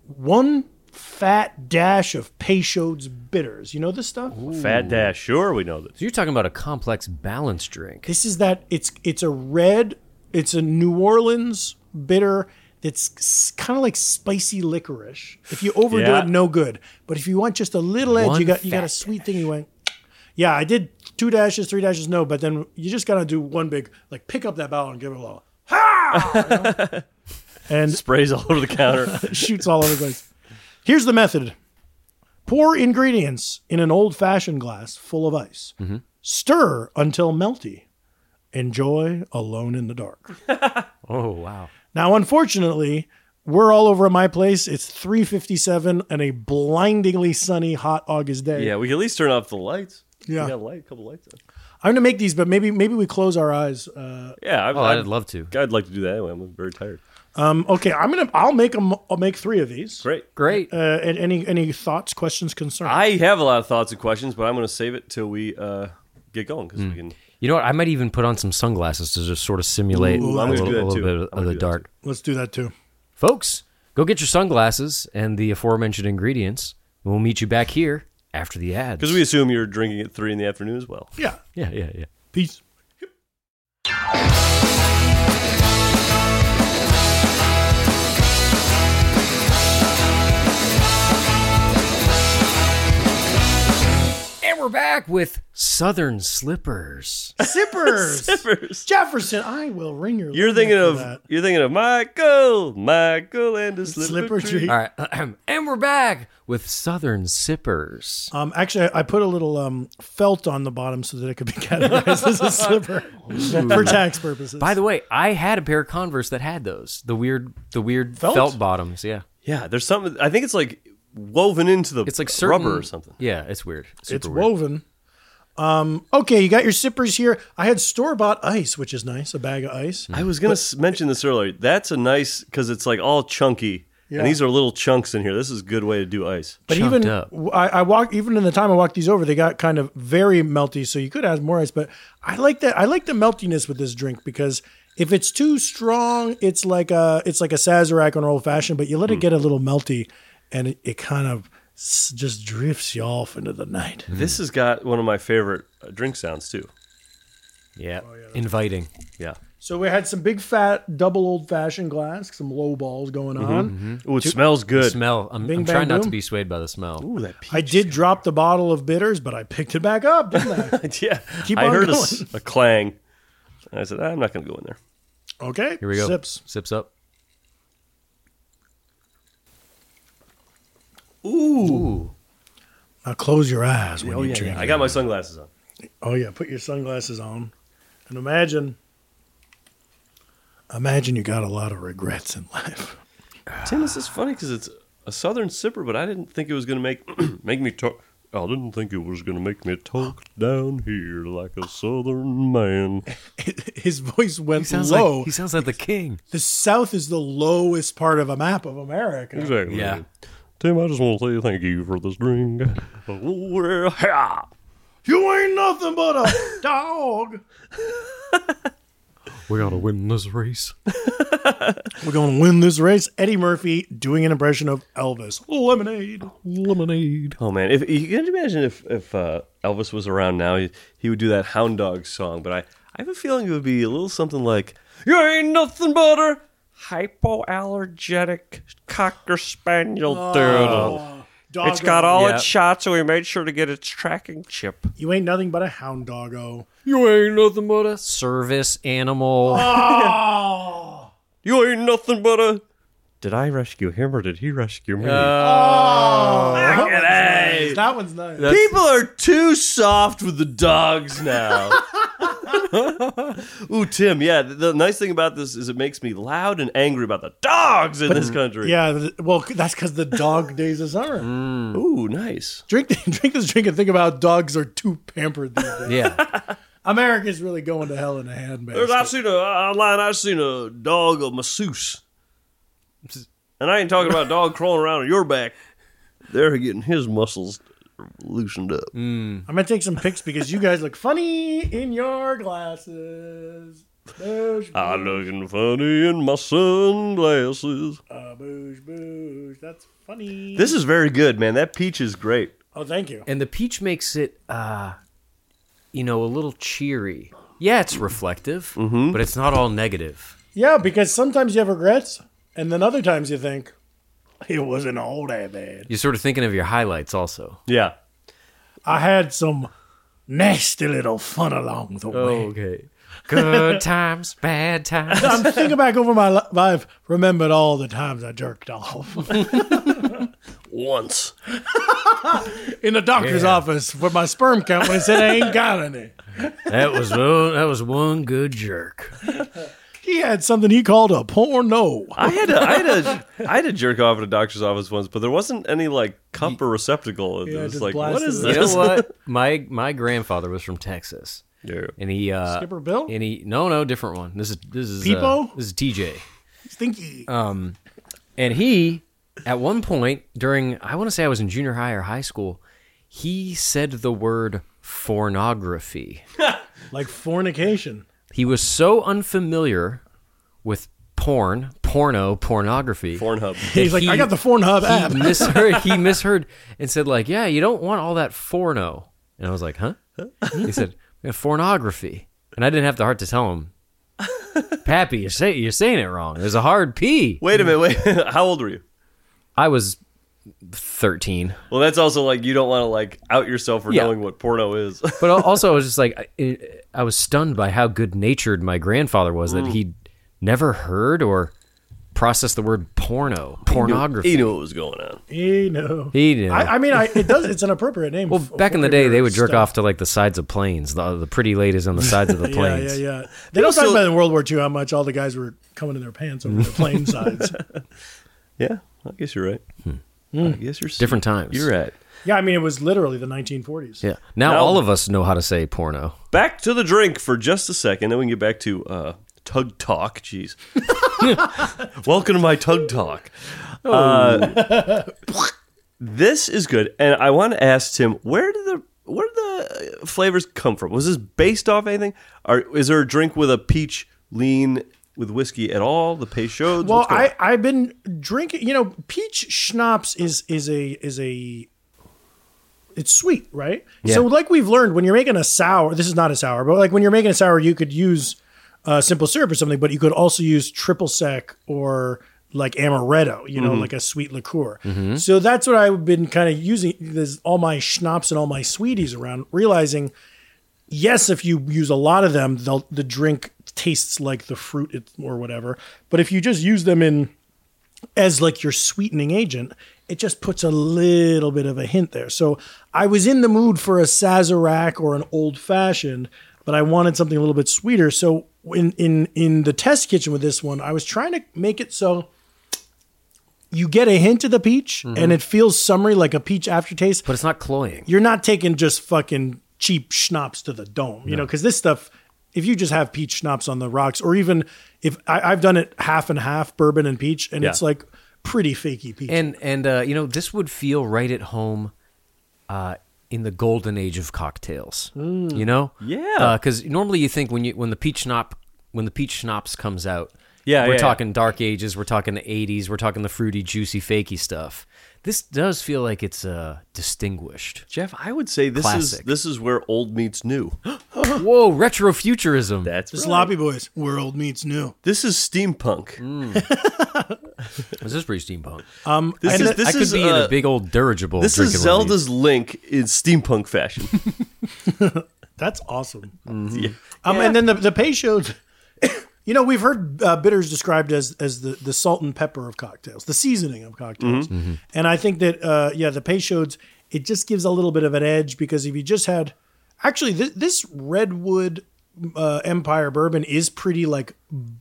Speaker 1: One fat dash of Peychaud's bitters. You know this stuff.
Speaker 4: Fat dash. Sure, we know this.
Speaker 3: So you're talking about a complex balance drink.
Speaker 1: This is that it's it's a red, it's a New Orleans bitter that's kind of like spicy licorice. If you overdo
Speaker 4: Yeah.
Speaker 1: it, no good. But if you want just a little edge, you
Speaker 3: One
Speaker 1: got you got a
Speaker 3: fat
Speaker 1: sweet thing. You went, yeah, I did two dashes, three dashes, no, but then you just gotta do one big like pick up that bottle and give it a little, <laughs>
Speaker 3: <laughs>
Speaker 1: ha, You know? and
Speaker 4: Sprays all over
Speaker 1: <laughs>
Speaker 4: the counter.
Speaker 1: shoots all over the place. Here's the method pour ingredients in an old fashioned glass full of ice,
Speaker 4: Mm-hmm.
Speaker 1: stir until melty. Enjoy alone in the
Speaker 4: <laughs>
Speaker 1: dark.
Speaker 3: Oh wow.
Speaker 1: Now, unfortunately, we're all over at my place. It's 3:57 and a blindingly sunny, hot August day.
Speaker 4: yeah, we can at least turn off the lights.
Speaker 1: Yeah.
Speaker 4: we got a light, a couple lights. On.
Speaker 1: I'm gonna make these, but maybe maybe we close our eyes. Uh,
Speaker 4: Yeah, I,
Speaker 3: Oh,
Speaker 4: I'd,
Speaker 3: I'd love to.
Speaker 4: I'd like to do that anyway. I'm very tired.
Speaker 1: um, okay, I'm gonna. I'll make them. I'll make three of these.
Speaker 4: Great.
Speaker 3: Great.
Speaker 1: Uh, and any any thoughts, questions, concerns?
Speaker 4: I have a lot of thoughts and questions, but I'm going to save it till we uh, get going because
Speaker 3: Hmm.
Speaker 4: we can.
Speaker 3: You know what? I might even put on some sunglasses to just sort of simulate a
Speaker 4: I'm gonna
Speaker 3: little,
Speaker 4: do that
Speaker 3: a little
Speaker 4: too.
Speaker 3: bit
Speaker 4: I'm
Speaker 3: of
Speaker 4: gonna
Speaker 3: the
Speaker 4: do that
Speaker 3: dark.
Speaker 1: Let's do that too.
Speaker 3: Folks, go get your sunglasses and the aforementioned ingredients. We'll meet you back here after the ads.
Speaker 4: Because we assume you're drinking at three in the afternoon as well.
Speaker 1: Yeah.
Speaker 3: yeah, yeah, yeah.
Speaker 1: Peace.
Speaker 3: And we're back with Southern Slippers.
Speaker 1: Zippers.
Speaker 4: <laughs> Zippers.
Speaker 1: Jefferson, I will ring your.
Speaker 4: You're
Speaker 1: little
Speaker 4: thinking
Speaker 1: neck for
Speaker 4: of
Speaker 1: that.
Speaker 4: you're thinking of Michael, Michael and the
Speaker 1: slipper
Speaker 4: slipper, tree.
Speaker 1: tree.
Speaker 3: All right. <clears throat> And we're back with Southern Sippers.
Speaker 1: Um, actually, I, I put a little um, felt on the bottom so that it could be <laughs> categorized as a slipper for tax purposes.
Speaker 3: By the way, I had a pair of Converse that had those. The weird the weird
Speaker 1: Felt?
Speaker 3: felt, bottoms, yeah.
Speaker 4: Yeah, there's something. I think it's like woven into the
Speaker 3: It's like certain,
Speaker 4: rubber or something.
Speaker 3: Yeah, it's weird. Super
Speaker 1: it's
Speaker 3: weird.
Speaker 1: woven. Um, okay, you got your sippers here. I had store bought ice, which is nice, a bag of ice.
Speaker 4: I was gonna s mention this earlier. That's a nice because it's like all chunky,
Speaker 1: Yeah.
Speaker 4: and these are little chunks in here. This is a good way to do ice.
Speaker 1: But
Speaker 3: chunked
Speaker 1: even
Speaker 3: up.
Speaker 1: I, I walk even in the time I walked these over, they got kind of very melty. So you could add more ice, but I like that. I like the meltiness with this drink because if it's too strong, it's like a it's like a sazerac on old fashioned. But you let
Speaker 3: Hmm.
Speaker 1: it get a little melty, and it, it kind of s- just drifts you off into the night.
Speaker 4: This has got one of my favorite uh, drink sounds too.
Speaker 3: Yeah. Inviting.
Speaker 4: Yeah,
Speaker 1: So we had some big fat double old fashioned glass, some low balls going
Speaker 3: Mm-hmm,
Speaker 1: on.
Speaker 4: oh, it smells good.
Speaker 3: Smell. I'm,
Speaker 1: Bing,
Speaker 3: I'm
Speaker 1: bang,
Speaker 3: trying not to
Speaker 1: boom.
Speaker 3: be swayed by the smell.
Speaker 4: <laughs> Ooh, that peach.
Speaker 1: I did drop the bottle of bitters, but I picked it back up, didn't I?
Speaker 3: <laughs>
Speaker 4: yeah,
Speaker 1: Keep
Speaker 4: I
Speaker 1: on
Speaker 4: heard a, s- a clang. And I said, I'm not gonna go in there.
Speaker 1: Okay,
Speaker 3: Here we go.
Speaker 1: Sips.
Speaker 3: Sips up.
Speaker 1: Now close your eyes
Speaker 3: Oh,
Speaker 1: when you drink.
Speaker 4: I got my sunglasses on.
Speaker 1: Oh yeah, put your sunglasses on and imagine imagine you got a lot of regrets in life. <laughs>
Speaker 4: Tim, this is funny because it's a southern sipper, but I didn't think it was gonna make <clears throat> make me talk. I didn't think it was gonna make me talk down here like a southern man.
Speaker 1: His voice went
Speaker 3: He sounds
Speaker 1: low.
Speaker 3: like he sounds like the king.
Speaker 1: the South is the lowest part of a map of America.
Speaker 4: Exactly.
Speaker 3: Yeah.
Speaker 4: Tim, I just want to say thank you for this drink. Oh, yeah.
Speaker 1: You ain't nothing but a dog.
Speaker 3: We gotta win this race.
Speaker 1: We're going to win this race. Eddie Murphy doing an impression of Elvis. Lemonade.
Speaker 3: Lemonade.
Speaker 4: Oh man, if you can imagine if if uh, Elvis was around now, he, he would do that hound dog song. But I I have a feeling it would be a little something like "You ain't nothing but a hypoallergenic cocker spaniel doodle.
Speaker 1: Doggo.
Speaker 4: It's got all
Speaker 3: Oh. Yeah.
Speaker 4: its shots, so we made sure to get its tracking chip."
Speaker 1: You ain't nothing but a hound doggo.
Speaker 3: You ain't nothing but a service animal.
Speaker 4: You ain't nothing but a. Did I rescue him or did he rescue me?
Speaker 3: Oh.
Speaker 1: That one's nice.
Speaker 4: People are too soft with the dogs now. <laughs> Ooh, Tim. Yeah, the, the nice thing about this is it makes me loud and angry about the dogs in this country.
Speaker 1: yeah, th- well, that's because the dog days is summer.
Speaker 4: Ooh, nice.
Speaker 1: Drink, <laughs> drink this drink and think about dogs are too pampered these days. <laughs>
Speaker 3: yeah.
Speaker 1: America's really going to hell in a handbasket.
Speaker 4: There's, I've seen a online. I've seen a dog of masseuse, and I ain't talking about a <laughs> dog crawling around on your back. They're getting his muscles loosened up.
Speaker 1: I'm gonna take some pics because you guys look funny in your glasses. Boosh,
Speaker 4: I'm looking funny in my sunglasses.
Speaker 1: uh, boosh, boosh. That's funny.
Speaker 4: This is very good, man. That peach is great.
Speaker 1: oh, thank you.
Speaker 3: And the peach makes it uh you know, a little cheery. Yeah, it's reflective, but it's not all negative.
Speaker 1: Yeah, because sometimes you have regrets, and then other times you think it wasn't all that bad.
Speaker 3: You're sort of thinking of your highlights also.
Speaker 4: Yeah.
Speaker 1: I had some nasty little fun along the
Speaker 3: Oh.
Speaker 1: way.
Speaker 3: okay. <laughs> Good times, bad times.
Speaker 1: I'm thinking back over my li- life, remembered all the times I jerked off
Speaker 4: Once.
Speaker 1: in the doctor's
Speaker 3: Yeah.
Speaker 1: office for my sperm count when he said I
Speaker 3: <laughs>
Speaker 1: ain't got any.
Speaker 3: That was one, that was one good jerk.
Speaker 1: He had something he called a porno.
Speaker 4: I had a, I had a, I had a jerk off at a doctor's office once, but there wasn't any like cup or receptacle. It
Speaker 1: Yeah,
Speaker 4: was
Speaker 1: just
Speaker 4: like,
Speaker 1: blast
Speaker 4: what
Speaker 1: it
Speaker 4: is
Speaker 1: out.
Speaker 3: You
Speaker 4: this?
Speaker 3: know <laughs> what? My my grandfather was from Texas,
Speaker 4: Yeah.
Speaker 3: and he uh,
Speaker 1: Skipper Bill?
Speaker 3: and he no no different one. This is this is uh,
Speaker 1: Peepo?
Speaker 3: this is TJ,
Speaker 1: Stinky.
Speaker 3: Uh. and he at one point during I want to say I was in junior high or high school, he said the word pornography.
Speaker 1: like fornication.
Speaker 3: He was so unfamiliar with porn, porno, pornography.
Speaker 4: Pornhub.
Speaker 1: He's like, I got the Pornhub app. <laughs>
Speaker 3: he misheard he misheard and said like yeah you don't want all that forno and i was like huh he said "Yeah, pornography and i didn't have the heart to
Speaker 1: <laughs>
Speaker 3: tell him pappy you're,
Speaker 4: <laughs>
Speaker 3: say, you're saying it wrong there's a hard p
Speaker 4: Wait a minute. Wait. How old were you?
Speaker 3: i was 13.
Speaker 4: Well, that's also like you don't want to like out yourself for
Speaker 3: Yeah.
Speaker 4: knowing what porno is. <laughs>
Speaker 3: But al- also, I was just like, I, I was stunned by how good natured my grandfather was
Speaker 1: Mm.
Speaker 3: that he'd never heard or processed the word porno, pornography.
Speaker 4: he knew what was going on.
Speaker 1: You know.
Speaker 3: He knew.
Speaker 1: I, I mean, I, it does.
Speaker 3: <laughs>
Speaker 1: It's an appropriate name.
Speaker 3: well,
Speaker 1: for-
Speaker 3: back in the
Speaker 1: for
Speaker 3: day,
Speaker 1: your
Speaker 3: they would jerk
Speaker 1: stuff.
Speaker 3: off to like the sides of planes, the, the pretty ladies on the sides of
Speaker 1: <laughs>
Speaker 3: the
Speaker 1: Yeah,
Speaker 3: planes.
Speaker 1: yeah, yeah. They don't talk
Speaker 4: also-
Speaker 1: about in World War II how much all the guys were coming in their pants over the
Speaker 3: <laughs>
Speaker 1: plane sides.
Speaker 4: Yeah, I guess you're right. I guess you're
Speaker 3: Hmm. Different times.
Speaker 4: You're right.
Speaker 1: Yeah, I mean, it was literally the 1940s.
Speaker 3: Yeah. Now,
Speaker 4: Now-
Speaker 3: all of us know how to say porno.
Speaker 4: Back to the drink for just a second, then we can get back to uh, tug talk. Jeez. <laughs> Welcome to my tug talk. Uh, <laughs> this is good, and I want to ask Tim where did the where did the uh, flavors come from? Was this based off anything? Or is there a drink with a peach lean with whiskey at all? The Peychauds?
Speaker 1: Well,
Speaker 4: What's going
Speaker 1: I I've been drinking. You know, peach schnapps is is a is a it's sweet, right? So, like we've learned, when you're making a sour, this is not a sour, but like when you're making a sour, you could use uh, simple syrup or something, but you could also use triple sec or like amaretto, you
Speaker 4: Mm-hmm.
Speaker 1: know, like a sweet liqueur. So that's what I've been kind of using this, all my schnapps and all my sweeties around, realizing yes, if you use a lot of them, they'll, the drink tastes like the fruit it, or whatever. But if you just use them in as like your sweetening agent, it just puts a little bit of a hint there. So I was in the mood for a Sazerac or an old fashioned, but I wanted something a little bit sweeter. So in in in the test kitchen with this one, I was trying to make it so you get a hint of the peach and it feels summery like a peach aftertaste,
Speaker 3: But it's not cloying.
Speaker 1: you're not taking just fucking cheap schnapps to the dome, you know, because this stuff, if you just have peach schnapps on the rocks, or even if I, I've done it half and half bourbon and peach, and
Speaker 4: Yeah.
Speaker 1: it's like pretty fakey peach.
Speaker 3: and and uh, you know this would feel right at home uh, in the golden age of cocktails. You know,
Speaker 4: Mm. Yeah.
Speaker 3: because normally you think when you when the peach schnapp when the peach schnapps comes out,
Speaker 4: Yeah,
Speaker 3: we're
Speaker 4: yeah,
Speaker 3: talking dark ages, we're talking the '80s, we're talking the fruity, juicy, fakey stuff. This does feel like it's uh, distinguished.
Speaker 4: Jeff, I would say this is
Speaker 3: Classic.
Speaker 4: this is where old meets new. <gasps>
Speaker 3: Whoa, retrofuturism.
Speaker 4: That's
Speaker 1: the
Speaker 4: right.
Speaker 1: sloppy boys, world meets new.
Speaker 4: This is steampunk.
Speaker 3: Mm. This is pretty steampunk.
Speaker 4: Um, This
Speaker 1: And
Speaker 4: is
Speaker 1: that-
Speaker 4: this
Speaker 3: I could
Speaker 4: is
Speaker 3: be in
Speaker 4: uh,
Speaker 3: a big old dirigible.
Speaker 4: This is
Speaker 3: drinking one of these.
Speaker 4: Zelda's Link in
Speaker 3: <laughs>
Speaker 4: steampunk fashion.
Speaker 1: That's awesome.
Speaker 3: Mm-hmm.
Speaker 4: Yeah.
Speaker 1: Um, And then the the Peychaud, <coughs> you know, we've heard uh, bitters described as as the the salt and pepper of cocktails, the seasoning of cocktails,
Speaker 4: Mm-hmm.
Speaker 1: and I think that uh, yeah, the Peychauds it just gives a little bit of an edge because if you just had, actually, this, this redwood uh, Empire bourbon is pretty like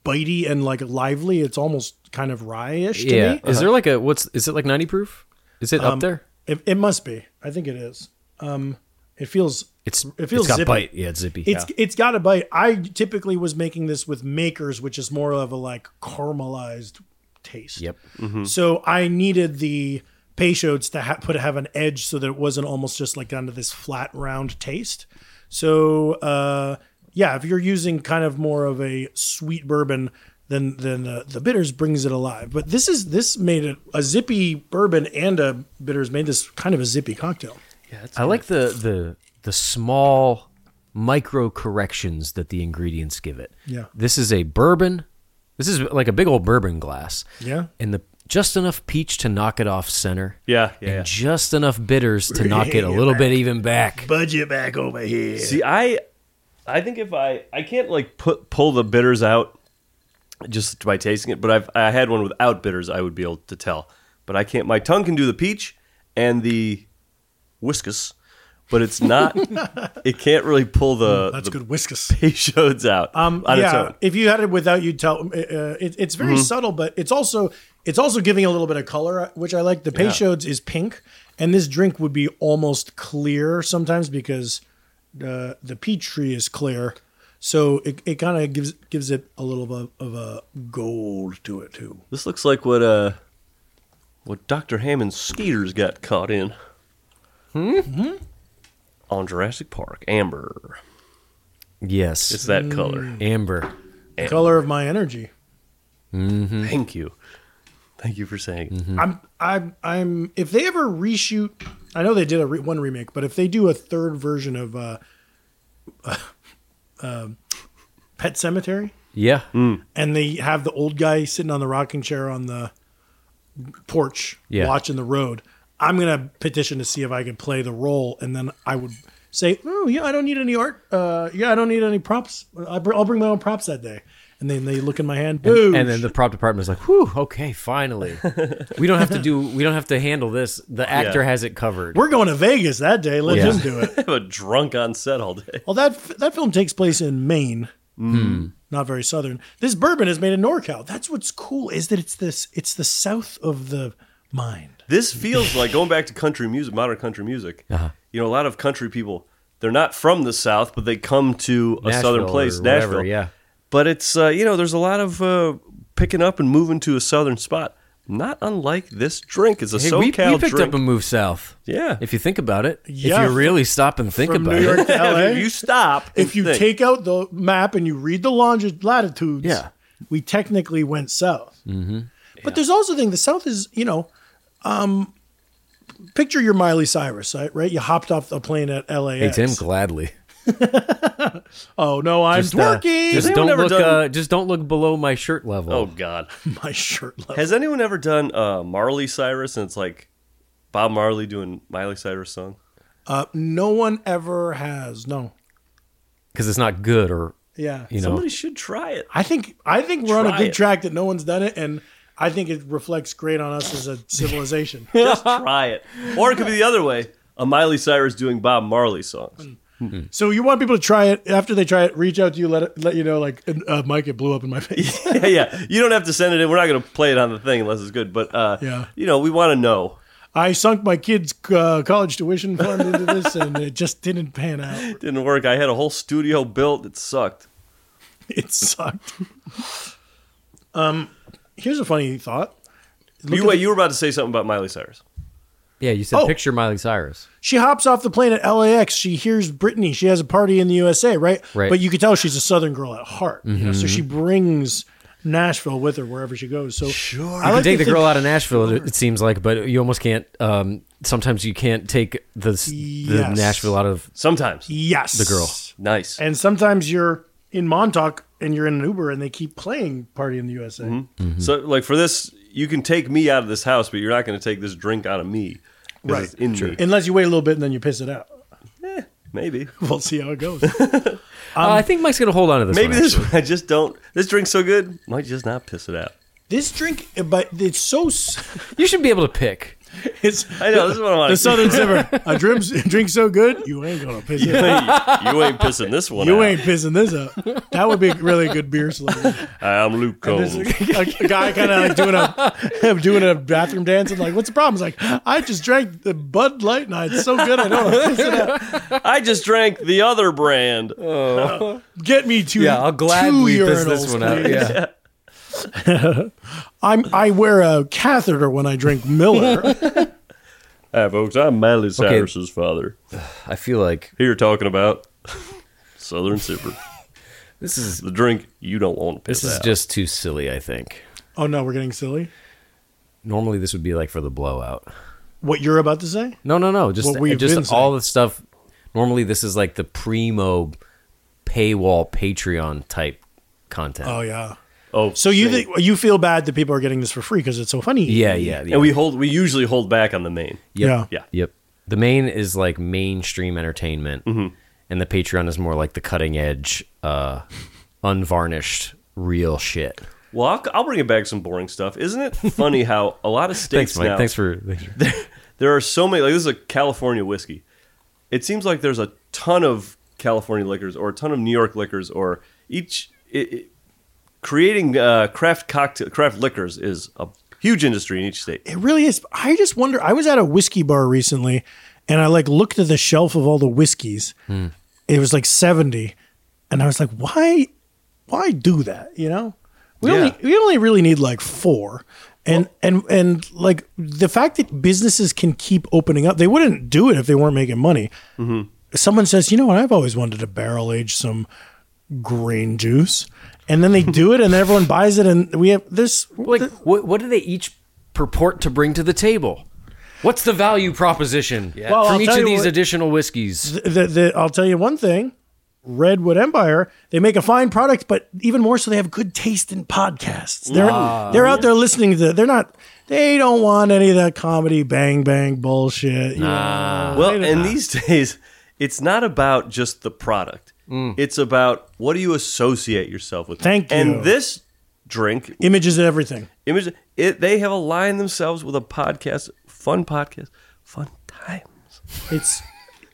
Speaker 1: bitey and like lively. It's almost kind of rye-ish to
Speaker 3: Yeah.
Speaker 1: me.
Speaker 3: Is there like a what's is it like 90 proof? Is it up there?
Speaker 1: It, it must be. I think it is. Um, it feels
Speaker 3: It's
Speaker 1: it feels
Speaker 3: it's got
Speaker 1: zippy.
Speaker 3: bite. Yeah, it's zippy.
Speaker 1: It's it's got a bite. I typically was making this with makers, which is more of a like caramelized taste.
Speaker 3: Yep.
Speaker 1: So I needed the Peychauds to ha- put have an edge so that it wasn't almost just like down to this flat round taste. So uh, yeah, if you're using kind of more of a sweet bourbon, then then the, the bitters brings it alive. But this is this made it a zippy bourbon and a bitters made this kind of a zippy cocktail.
Speaker 3: I like the the the small micro corrections that the ingredients give it.
Speaker 1: Yeah.
Speaker 3: This is a bourbon. This is like a big old bourbon glass.
Speaker 1: Yeah.
Speaker 3: And the just enough peach to knock it off center.
Speaker 4: Yeah, yeah,
Speaker 3: And
Speaker 4: yeah.
Speaker 3: just enough bitters to knock <laughs> it a little bit even back.
Speaker 1: Budget back over here.
Speaker 4: See, I I think if I I can't like put pull the bitters out just by tasting it, but I've I had one without bitters, I would be able to tell. But I can't. My tongue can do the peach and the whiskas, but
Speaker 1: <laughs>
Speaker 4: it's not. it can't really pull the
Speaker 1: Mm, That's
Speaker 4: the <laughs>
Speaker 1: good whiskas.
Speaker 4: Peychauds out
Speaker 1: Um,
Speaker 4: on
Speaker 1: yeah,
Speaker 4: its own.
Speaker 1: if you had it without, you'd tell. Uh, it, it's very subtle, but it's also it's also giving a little bit of color, uh, which I like. The Peychaud's is pink, and this drink would be almost clear sometimes because the the peach tree is clear, so it, it kind of gives gives it a little bit of a gold to it too.
Speaker 4: This looks like what uh what Dr. Hammond's skeeters got caught in. Hmm?
Speaker 1: Hmm?
Speaker 4: On Jurassic Park, amber.
Speaker 3: Yes.
Speaker 4: It's
Speaker 1: Hmm.
Speaker 4: that color.
Speaker 3: amber.
Speaker 1: The color of my energy.
Speaker 4: Thank you. Thank you for saying.
Speaker 3: Mm-hmm.
Speaker 4: <laughs> it.
Speaker 1: I'm I'm I'm if they ever reshoot I know they did a re, one remake, but if they do a third version of uh, uh, um Pet Cemetery
Speaker 3: Yeah.
Speaker 1: and they have the old guy sitting on the rocking chair on the porch
Speaker 3: Yeah.
Speaker 1: watching the road, I'm gonna petition to see if I could play the role, and then I would say, oh yeah, I don't need any art. Uh, yeah, I don't need any props. I br- I'll bring my own props that day. And then they look in my hand. Boo!
Speaker 3: And then the prop department is like, "Whew,
Speaker 1: <laughs>
Speaker 3: okay, finally, we don't have to do, we don't have to handle this. The actor has it covered."
Speaker 1: we're going to Vegas that day. Let
Speaker 3: Yeah.
Speaker 1: him do it.
Speaker 4: Have a drunk on set all day.
Speaker 1: Well, that that film takes place in Maine,
Speaker 3: Hmm.
Speaker 1: not very southern. This bourbon is made in NorCal. That's what's cool is that it's this it's the south of the mind.
Speaker 4: This feels like going back to country music, modern country music.
Speaker 3: Uh-huh.
Speaker 4: You know, a lot of country people, they're not from the South, but they come to a
Speaker 3: Nashville
Speaker 4: southern place,
Speaker 3: or whatever,
Speaker 4: Nashville.
Speaker 3: yeah.
Speaker 4: But it's, uh, you know, there's a lot of uh, picking up and moving to a southern spot. Not unlike this drink. It's a
Speaker 3: Hey,
Speaker 4: SoCal
Speaker 3: we, we picked
Speaker 4: drink.
Speaker 3: up and moved south.
Speaker 4: Yeah.
Speaker 3: if you think about it,
Speaker 1: Yeah,
Speaker 3: if you really stop and think
Speaker 1: From
Speaker 3: about
Speaker 1: New
Speaker 3: <laughs>
Speaker 1: York
Speaker 3: it,
Speaker 1: to LA.
Speaker 4: <laughs> if you stop,
Speaker 1: if you
Speaker 4: and think,
Speaker 1: take out the map and you read the longi- latitudes,
Speaker 3: Yeah.
Speaker 1: we technically went south. Mm-hmm. But there's also the thing the south is, you know, um, picture your Miley Cyrus, right? right? You hopped off a plane at LAX.
Speaker 3: takes him gladly.
Speaker 1: oh no, I'm
Speaker 3: Just, uh,
Speaker 1: twerking.
Speaker 3: just
Speaker 4: Has
Speaker 3: don't
Speaker 4: anyone ever
Speaker 3: look.
Speaker 4: done-
Speaker 3: Uh, just don't look below my shirt level.
Speaker 4: oh God,
Speaker 1: <laughs> My shirt level.
Speaker 4: has anyone ever done uh, Marley Cyrus? And it's like Bob Marley doing Miley Cyrus song.
Speaker 1: Uh, no one ever has. No.
Speaker 3: because it's not good, or
Speaker 1: Yeah.
Speaker 3: you know,
Speaker 4: Somebody should try it.
Speaker 1: I think I think we're on a
Speaker 4: Try
Speaker 1: good
Speaker 4: it.
Speaker 1: track that no one's done it, and I think it reflects great on us as a civilization. <laughs>
Speaker 4: <laughs> Just try it. Or it could be the other way: a Miley Cyrus doing Bob Marley songs.
Speaker 1: Hmm. so you want people to try it after they try it, reach out to you, let it, let you know, like uh, Mike, it blew up in my <laughs> face.
Speaker 4: yeah, <laughs> yeah. You don't have to send it in. We're not going to play it on the thing unless it's good. But uh,
Speaker 1: Yeah.
Speaker 4: you know, we want to know.
Speaker 1: I sunk my kids' uh, college tuition fund into this, <laughs> and it just didn't pan out.
Speaker 4: It didn't work. I had a whole studio built. It sucked.
Speaker 1: It sucked. <laughs> um, here's a funny thought.
Speaker 4: you wait. you were about to say something about Miley Cyrus.
Speaker 3: yeah, you said
Speaker 1: Oh.
Speaker 3: picture Miley Cyrus.
Speaker 1: She hops off the plane at LAX. She hears Britney. She has a party in the USA, right?
Speaker 3: Right. Mm-hmm.
Speaker 1: But you could tell she's a Southern girl at heart. You know? So she brings Nashville with her wherever she goes. So sure. I
Speaker 3: You
Speaker 1: like to
Speaker 3: can take the girl
Speaker 1: think-
Speaker 3: out of Nashville. It, it seems like, but you almost can't. Um, sometimes you can't take the, s- the
Speaker 1: Yes.
Speaker 3: Nashville out of.
Speaker 4: Sometimes
Speaker 1: Yes. The
Speaker 3: girl.
Speaker 4: nice.
Speaker 1: And sometimes you're in Montauk and you're in an Uber and they keep playing Party in the USA.
Speaker 4: So like for this, you can take me out of this house, but you're not going to take this drink out of me. 'cause
Speaker 1: Right.
Speaker 4: It's in me. Eh,
Speaker 1: Unless you wait a little bit and then you piss it out.
Speaker 4: Maybe.
Speaker 1: <laughs> We'll see how it goes. Um,
Speaker 3: uh, I think Mike's gonna hold on to this.
Speaker 4: Maybe
Speaker 3: one,
Speaker 4: this.
Speaker 3: actually.
Speaker 4: <laughs> I just don't. This drink's so good. Might just not piss it out.
Speaker 1: this drink, but it's so. s-
Speaker 3: You should be able to pick.
Speaker 1: It's,
Speaker 4: I know. This is what I want.
Speaker 1: the
Speaker 4: <laughs>
Speaker 1: Southern Zipper. A drink, drink so good, you ain't going to piss it out.
Speaker 4: <laughs> you ain't pissing this one.
Speaker 1: You
Speaker 4: out.
Speaker 1: ain't pissing this up. That would be a really good beer slogan.
Speaker 4: I'm Luke Combs.
Speaker 1: There's a, <laughs> a- a guy kind of like doing a <laughs> doing a bathroom dance and like, what's the problem? It's like, I just drank the Bud Light and I- it's so good I don't wanna piss it out.
Speaker 4: I just drank the other brand.
Speaker 1: Get me to
Speaker 3: Yeah, I'll gladly
Speaker 1: two
Speaker 3: piss this
Speaker 1: urinals,
Speaker 3: one out.
Speaker 1: please.
Speaker 3: Yeah.
Speaker 1: I'm I wear a catheter when I drink
Speaker 3: <laughs>
Speaker 1: Miller.
Speaker 4: Hi, folks. I'm Miley Cyrus's father.
Speaker 3: I feel like
Speaker 4: Here talking about Southern Super,
Speaker 3: this is
Speaker 4: the drink you don't want to piss
Speaker 3: this is
Speaker 4: out.
Speaker 3: just too silly. I think
Speaker 1: oh no, we're getting silly.
Speaker 3: normally this would be like for the blowout.
Speaker 1: What you're about to say?
Speaker 3: No, no, no. Just
Speaker 1: What we've
Speaker 3: just
Speaker 1: been
Speaker 3: all
Speaker 1: saying.
Speaker 3: the stuff. Normally this is like the primo paywall Patreon type content.
Speaker 1: Oh yeah.
Speaker 4: oh,
Speaker 1: So you
Speaker 4: shit.
Speaker 1: think you feel bad that people are getting this for free because it's so funny?
Speaker 3: yeah, yeah, yeah.
Speaker 4: and we hold we usually hold back on the main.
Speaker 1: Yeah.
Speaker 4: Yeah,
Speaker 3: Yep. The main is like mainstream entertainment, and the Patreon is more like the cutting edge, uh, unvarnished, real shit.
Speaker 4: well, I'll, I'll bring it back some boring stuff. Isn't it funny how a lot of states
Speaker 3: Thanks, Mike.
Speaker 4: now
Speaker 3: Thanks for. Thanks for
Speaker 4: there are so many like this is a California whiskey. It seems like there's a ton of California liquors or a ton of New York liquors or each it, it- creating uh, craft cocktail craft liquors is a huge industry in each state.
Speaker 1: It really is. I just wonder. I was at a whiskey bar recently, and I like looked at the shelf of all the whiskeys. It was like seventy, and I was like, why, why do that? You know, we only we only really need like four. And, and and like the fact that businesses can keep opening up, they wouldn't do it if they weren't making money. Someone says, you know what? I've always wanted to barrel age some grain juice, and then they do it, and everyone buys it, and we have this.
Speaker 3: like, what, what do they each purport to bring to the table? What's the value proposition
Speaker 1: Well,
Speaker 3: from
Speaker 1: I'll
Speaker 3: each
Speaker 1: tell
Speaker 3: of
Speaker 1: you
Speaker 3: these
Speaker 1: what-
Speaker 3: additional whiskeys?
Speaker 1: the, the, I'll tell you one thing. Redwood Empire, they make a fine product, but even more so, they have good taste in podcasts. They're
Speaker 3: Ah.
Speaker 1: they're out there listening to. They're not. They don't want any of that comedy bang bang bullshit. you know.
Speaker 4: Well, and these <laughs> days, it's not about just the product. It's about what do you associate yourself with.
Speaker 1: Mm. Thank you.
Speaker 4: And this drink
Speaker 1: Images of everything.
Speaker 4: image, it, they have aligned themselves with a podcast, fun podcast, fun times.
Speaker 1: It's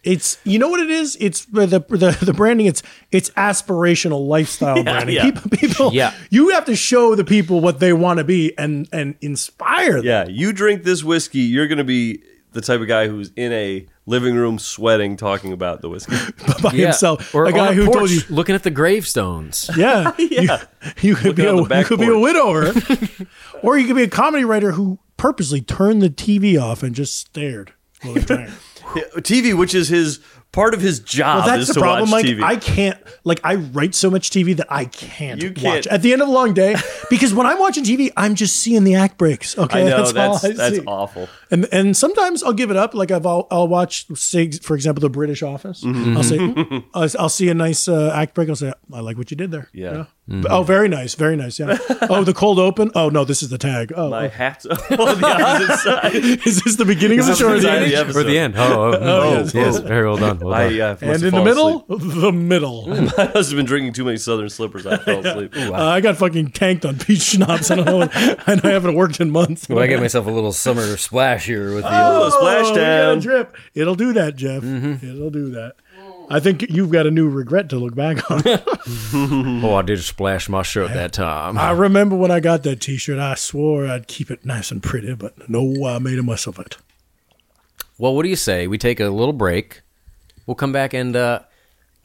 Speaker 1: it's you know what it is. It's the the, the branding. It's it's aspirational
Speaker 3: <laughs>
Speaker 1: lifestyle branding.
Speaker 4: yeah.
Speaker 1: People, people,
Speaker 3: Yeah.
Speaker 1: You have to show the people what they want to be and and inspire them.
Speaker 4: Yeah, you drink this whiskey, you're going to be the type of guy who's in a living room sweating talking about the whiskey. <laughs>
Speaker 1: <laughs> by
Speaker 3: Yeah.
Speaker 1: himself.
Speaker 3: Or
Speaker 1: a guy
Speaker 3: on
Speaker 1: who told
Speaker 3: porch,
Speaker 1: you,
Speaker 3: looking at the <laughs> gravestones.
Speaker 1: <laughs>
Speaker 4: <laughs>
Speaker 1: yeah, You, you could be
Speaker 4: Looking
Speaker 1: a,
Speaker 4: on the
Speaker 1: you
Speaker 4: back
Speaker 1: could be a
Speaker 4: porch.
Speaker 1: widower,
Speaker 4: <laughs>
Speaker 1: or you could be a comedy writer who purposely turned the TV off and just stared. while they
Speaker 4: <laughs>
Speaker 1: drank.
Speaker 4: TV, which is his part of his job,
Speaker 1: Well, that's
Speaker 4: is
Speaker 1: the
Speaker 4: to
Speaker 1: problem.
Speaker 4: watch
Speaker 1: Like
Speaker 4: TV.
Speaker 1: I can't. Like I write so much TV that I can't,
Speaker 4: You
Speaker 1: watch
Speaker 4: can't-
Speaker 1: at the end of a long day because when I'm watching TV, I'm just seeing the act breaks. Okay,
Speaker 4: <laughs>
Speaker 1: <laughs>
Speaker 4: I know
Speaker 1: all
Speaker 4: that's
Speaker 1: I
Speaker 4: that's
Speaker 1: see.
Speaker 4: awful.
Speaker 1: And and sometimes I'll give it up. Like I've I'll, I'll watch, say, for example, The British Office.
Speaker 4: Mm-hmm.
Speaker 1: I'll say "Mm." <laughs> I'll, I'll see a nice uh, act break. I'll say I like what you did there.
Speaker 4: Yeah. Mm-hmm.
Speaker 1: Oh, very nice, very nice.
Speaker 4: <laughs>
Speaker 1: Yeah. oh, the cold open. Oh no, this is the tag. Oh, <laughs>
Speaker 4: My hat's <laughs> on the opposite side.
Speaker 1: is this the beginning of the
Speaker 4: this
Speaker 1: show? Or
Speaker 4: the
Speaker 1: the
Speaker 4: beginning?
Speaker 1: end?
Speaker 4: Yeah.
Speaker 3: Or the end. <laughs> Oh, oh, yes, yes. Very well done. Well done.
Speaker 4: I, uh, must have
Speaker 1: And in the
Speaker 4: fallen
Speaker 1: middle,
Speaker 4: asleep.
Speaker 1: <laughs> the middle.
Speaker 4: I must have been drinking too many Southern Slippers.
Speaker 1: <laughs>
Speaker 4: I fell asleep. Ooh,
Speaker 1: Uh, I got fucking tanked on peach schnapps. I don't know. and <laughs> I haven't worked in months.
Speaker 9: Well, I get myself a little summer splash here with the
Speaker 4: Oh,
Speaker 1: <laughs> Oh, we got a
Speaker 4: splashdown.
Speaker 1: drip. It'll do that, Jeff.
Speaker 4: Mm-hmm.
Speaker 1: It'll do that. I think you've got a new regret to look back
Speaker 4: <laughs>
Speaker 1: on.
Speaker 3: oh, I did splash my shirt that time.
Speaker 1: I remember when I got that T-shirt. I swore I'd keep it nice and pretty, but no, I made a mess of it.
Speaker 3: Well, what do you say? We take a little break. We'll come back and uh,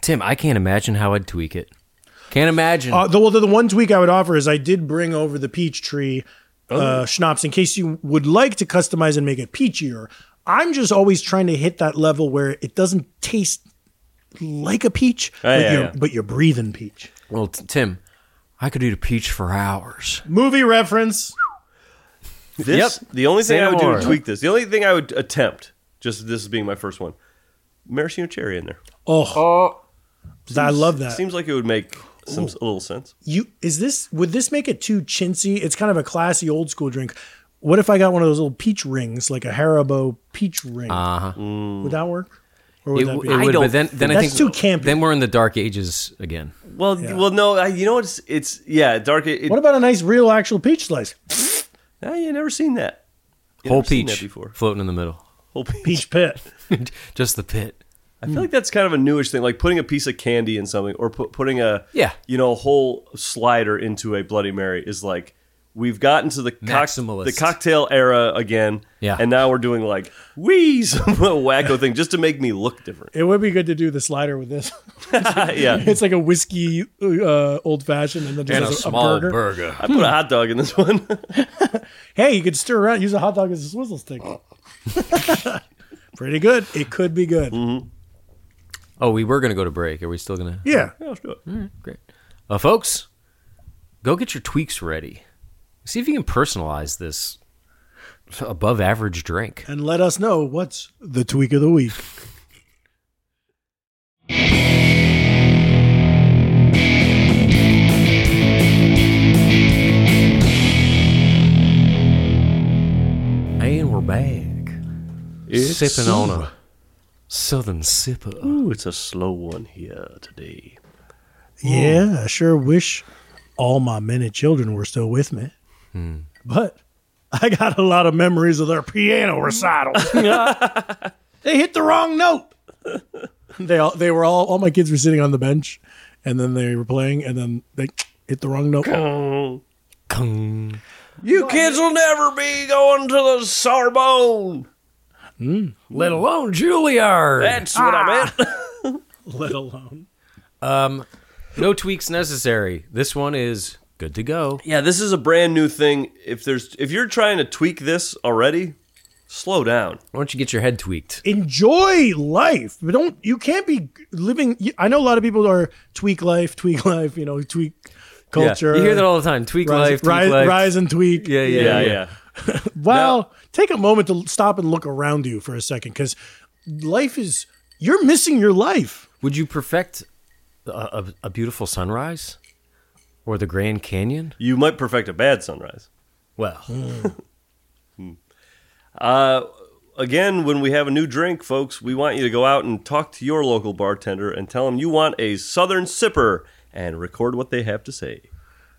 Speaker 3: Tim. I can't imagine how I'd tweak it. Can't imagine.
Speaker 1: Uh, the, well, the, the one tweak I would offer is I did bring over the peach tree
Speaker 4: Oh.
Speaker 1: uh, schnapps in case you would like to customize and make it peachier. I'm just always trying to hit that level where it doesn't taste like a peach, but,
Speaker 4: Oh, yeah,
Speaker 1: you're,
Speaker 4: yeah.
Speaker 1: but you're breathing peach.
Speaker 3: well, t- Tim, I could eat a peach for hours.
Speaker 1: Movie reference.
Speaker 4: This,
Speaker 3: Yep.
Speaker 4: The only thing
Speaker 3: Say no
Speaker 4: I would do
Speaker 3: more.
Speaker 4: to tweak this, the only thing I would attempt, just this being my first one, maraschino cherry in there.
Speaker 1: Oh, I love that.
Speaker 4: Seems like it would make some a little sense.
Speaker 1: you is this would this make it too chintzy? It's kind of a classy old school drink. What if I got one of those little peach rings, like a Haribo peach ring? Uh-huh.
Speaker 3: Mm.
Speaker 1: Would that work? Or would
Speaker 3: It,
Speaker 1: that be?
Speaker 3: w- it would,
Speaker 4: don't-
Speaker 3: but then, then I
Speaker 1: That's
Speaker 3: think
Speaker 1: too campy.
Speaker 3: Then we're in the dark ages again.
Speaker 4: Well, well, no, I, you know it's it's yeah, dark. It,
Speaker 1: what about a nice, real, actual peach slice?
Speaker 4: Ah, you never seen that You
Speaker 3: Whole
Speaker 4: never seen
Speaker 3: peach
Speaker 4: that before.
Speaker 3: floating in the middle, <laughs>
Speaker 4: Whole peach.
Speaker 1: Peach pit.
Speaker 3: just the pit.
Speaker 4: I feel like that's kind of a newish thing, like putting a piece of candy in something or pu- putting a
Speaker 3: Yeah.
Speaker 4: you know, a whole slider into a Bloody Mary is like we've gotten to the cock-
Speaker 3: Maximalist.
Speaker 4: the cocktail era again,
Speaker 3: Yeah.
Speaker 4: and now we're doing like wee <laughs> some little wacko thing just to make me
Speaker 3: <laughs>
Speaker 4: look different.
Speaker 1: It would be good to do the slider with this. <laughs>
Speaker 4: yeah,
Speaker 1: It's like a whiskey uh, old fashioned, and then just
Speaker 3: And
Speaker 1: has a,
Speaker 3: a
Speaker 1: a
Speaker 3: small
Speaker 1: burger.
Speaker 3: burger.
Speaker 4: I put a hot dog in this one.
Speaker 1: Hey, you could stir around, use a hot dog as a swizzle
Speaker 3: <laughs>
Speaker 1: stick. Pretty good. It could be good.
Speaker 3: Mm-hmm. Oh, we were gonna go to break. Are we still gonna?
Speaker 1: Yeah.
Speaker 3: Great. Uh, folks, go get your tweaks ready. See if you can personalize this above average drink.
Speaker 1: And let us know what's the tweak of the week.
Speaker 3: And we're back. Sipping on a southern sipper.
Speaker 4: Ooh, it's a slow one here today.
Speaker 1: Yeah, I sure wish all my many children were still with me. Hmm. But <laughs> I got a lot of memories of their piano recital. they hit the wrong note. they all they were all all my kids were sitting on the bench and then they were playing and then they hit the wrong note.
Speaker 3: Kung.
Speaker 4: You kids will never be going to the Sorbonne.
Speaker 3: Let alone Juilliard.
Speaker 4: That's what I meant.
Speaker 1: Let alone.
Speaker 3: no tweaks necessary. This one is good to go.
Speaker 4: <laughs> Yeah, this is a brand new thing. If there's if you're trying to tweak this already, slow down.
Speaker 3: Why don't you get your head tweaked?
Speaker 1: Enjoy life. But don't you can't be living you- I know a lot of people are tweak life, tweak <laughs> life, you know, tweak culture.
Speaker 3: Yeah, you hear that all the time. Tweak
Speaker 1: rise,
Speaker 3: life, tweak
Speaker 1: rise,
Speaker 3: life.
Speaker 1: rise and tweak.
Speaker 3: Yeah, yeah,
Speaker 4: Yeah,
Speaker 3: yeah.
Speaker 4: yeah.
Speaker 1: Well, take a moment to stop and look around you for a second because life is, you're missing your life.
Speaker 3: Would you perfect a, a, a beautiful sunrise or the Grand Canyon?
Speaker 4: You might perfect a bad sunrise.
Speaker 3: Well,
Speaker 1: Hmm.
Speaker 4: Again, when we have a new drink, folks, we want you to go out and talk to your local bartender and tell them you want a Southern Sipper and record what they have to say.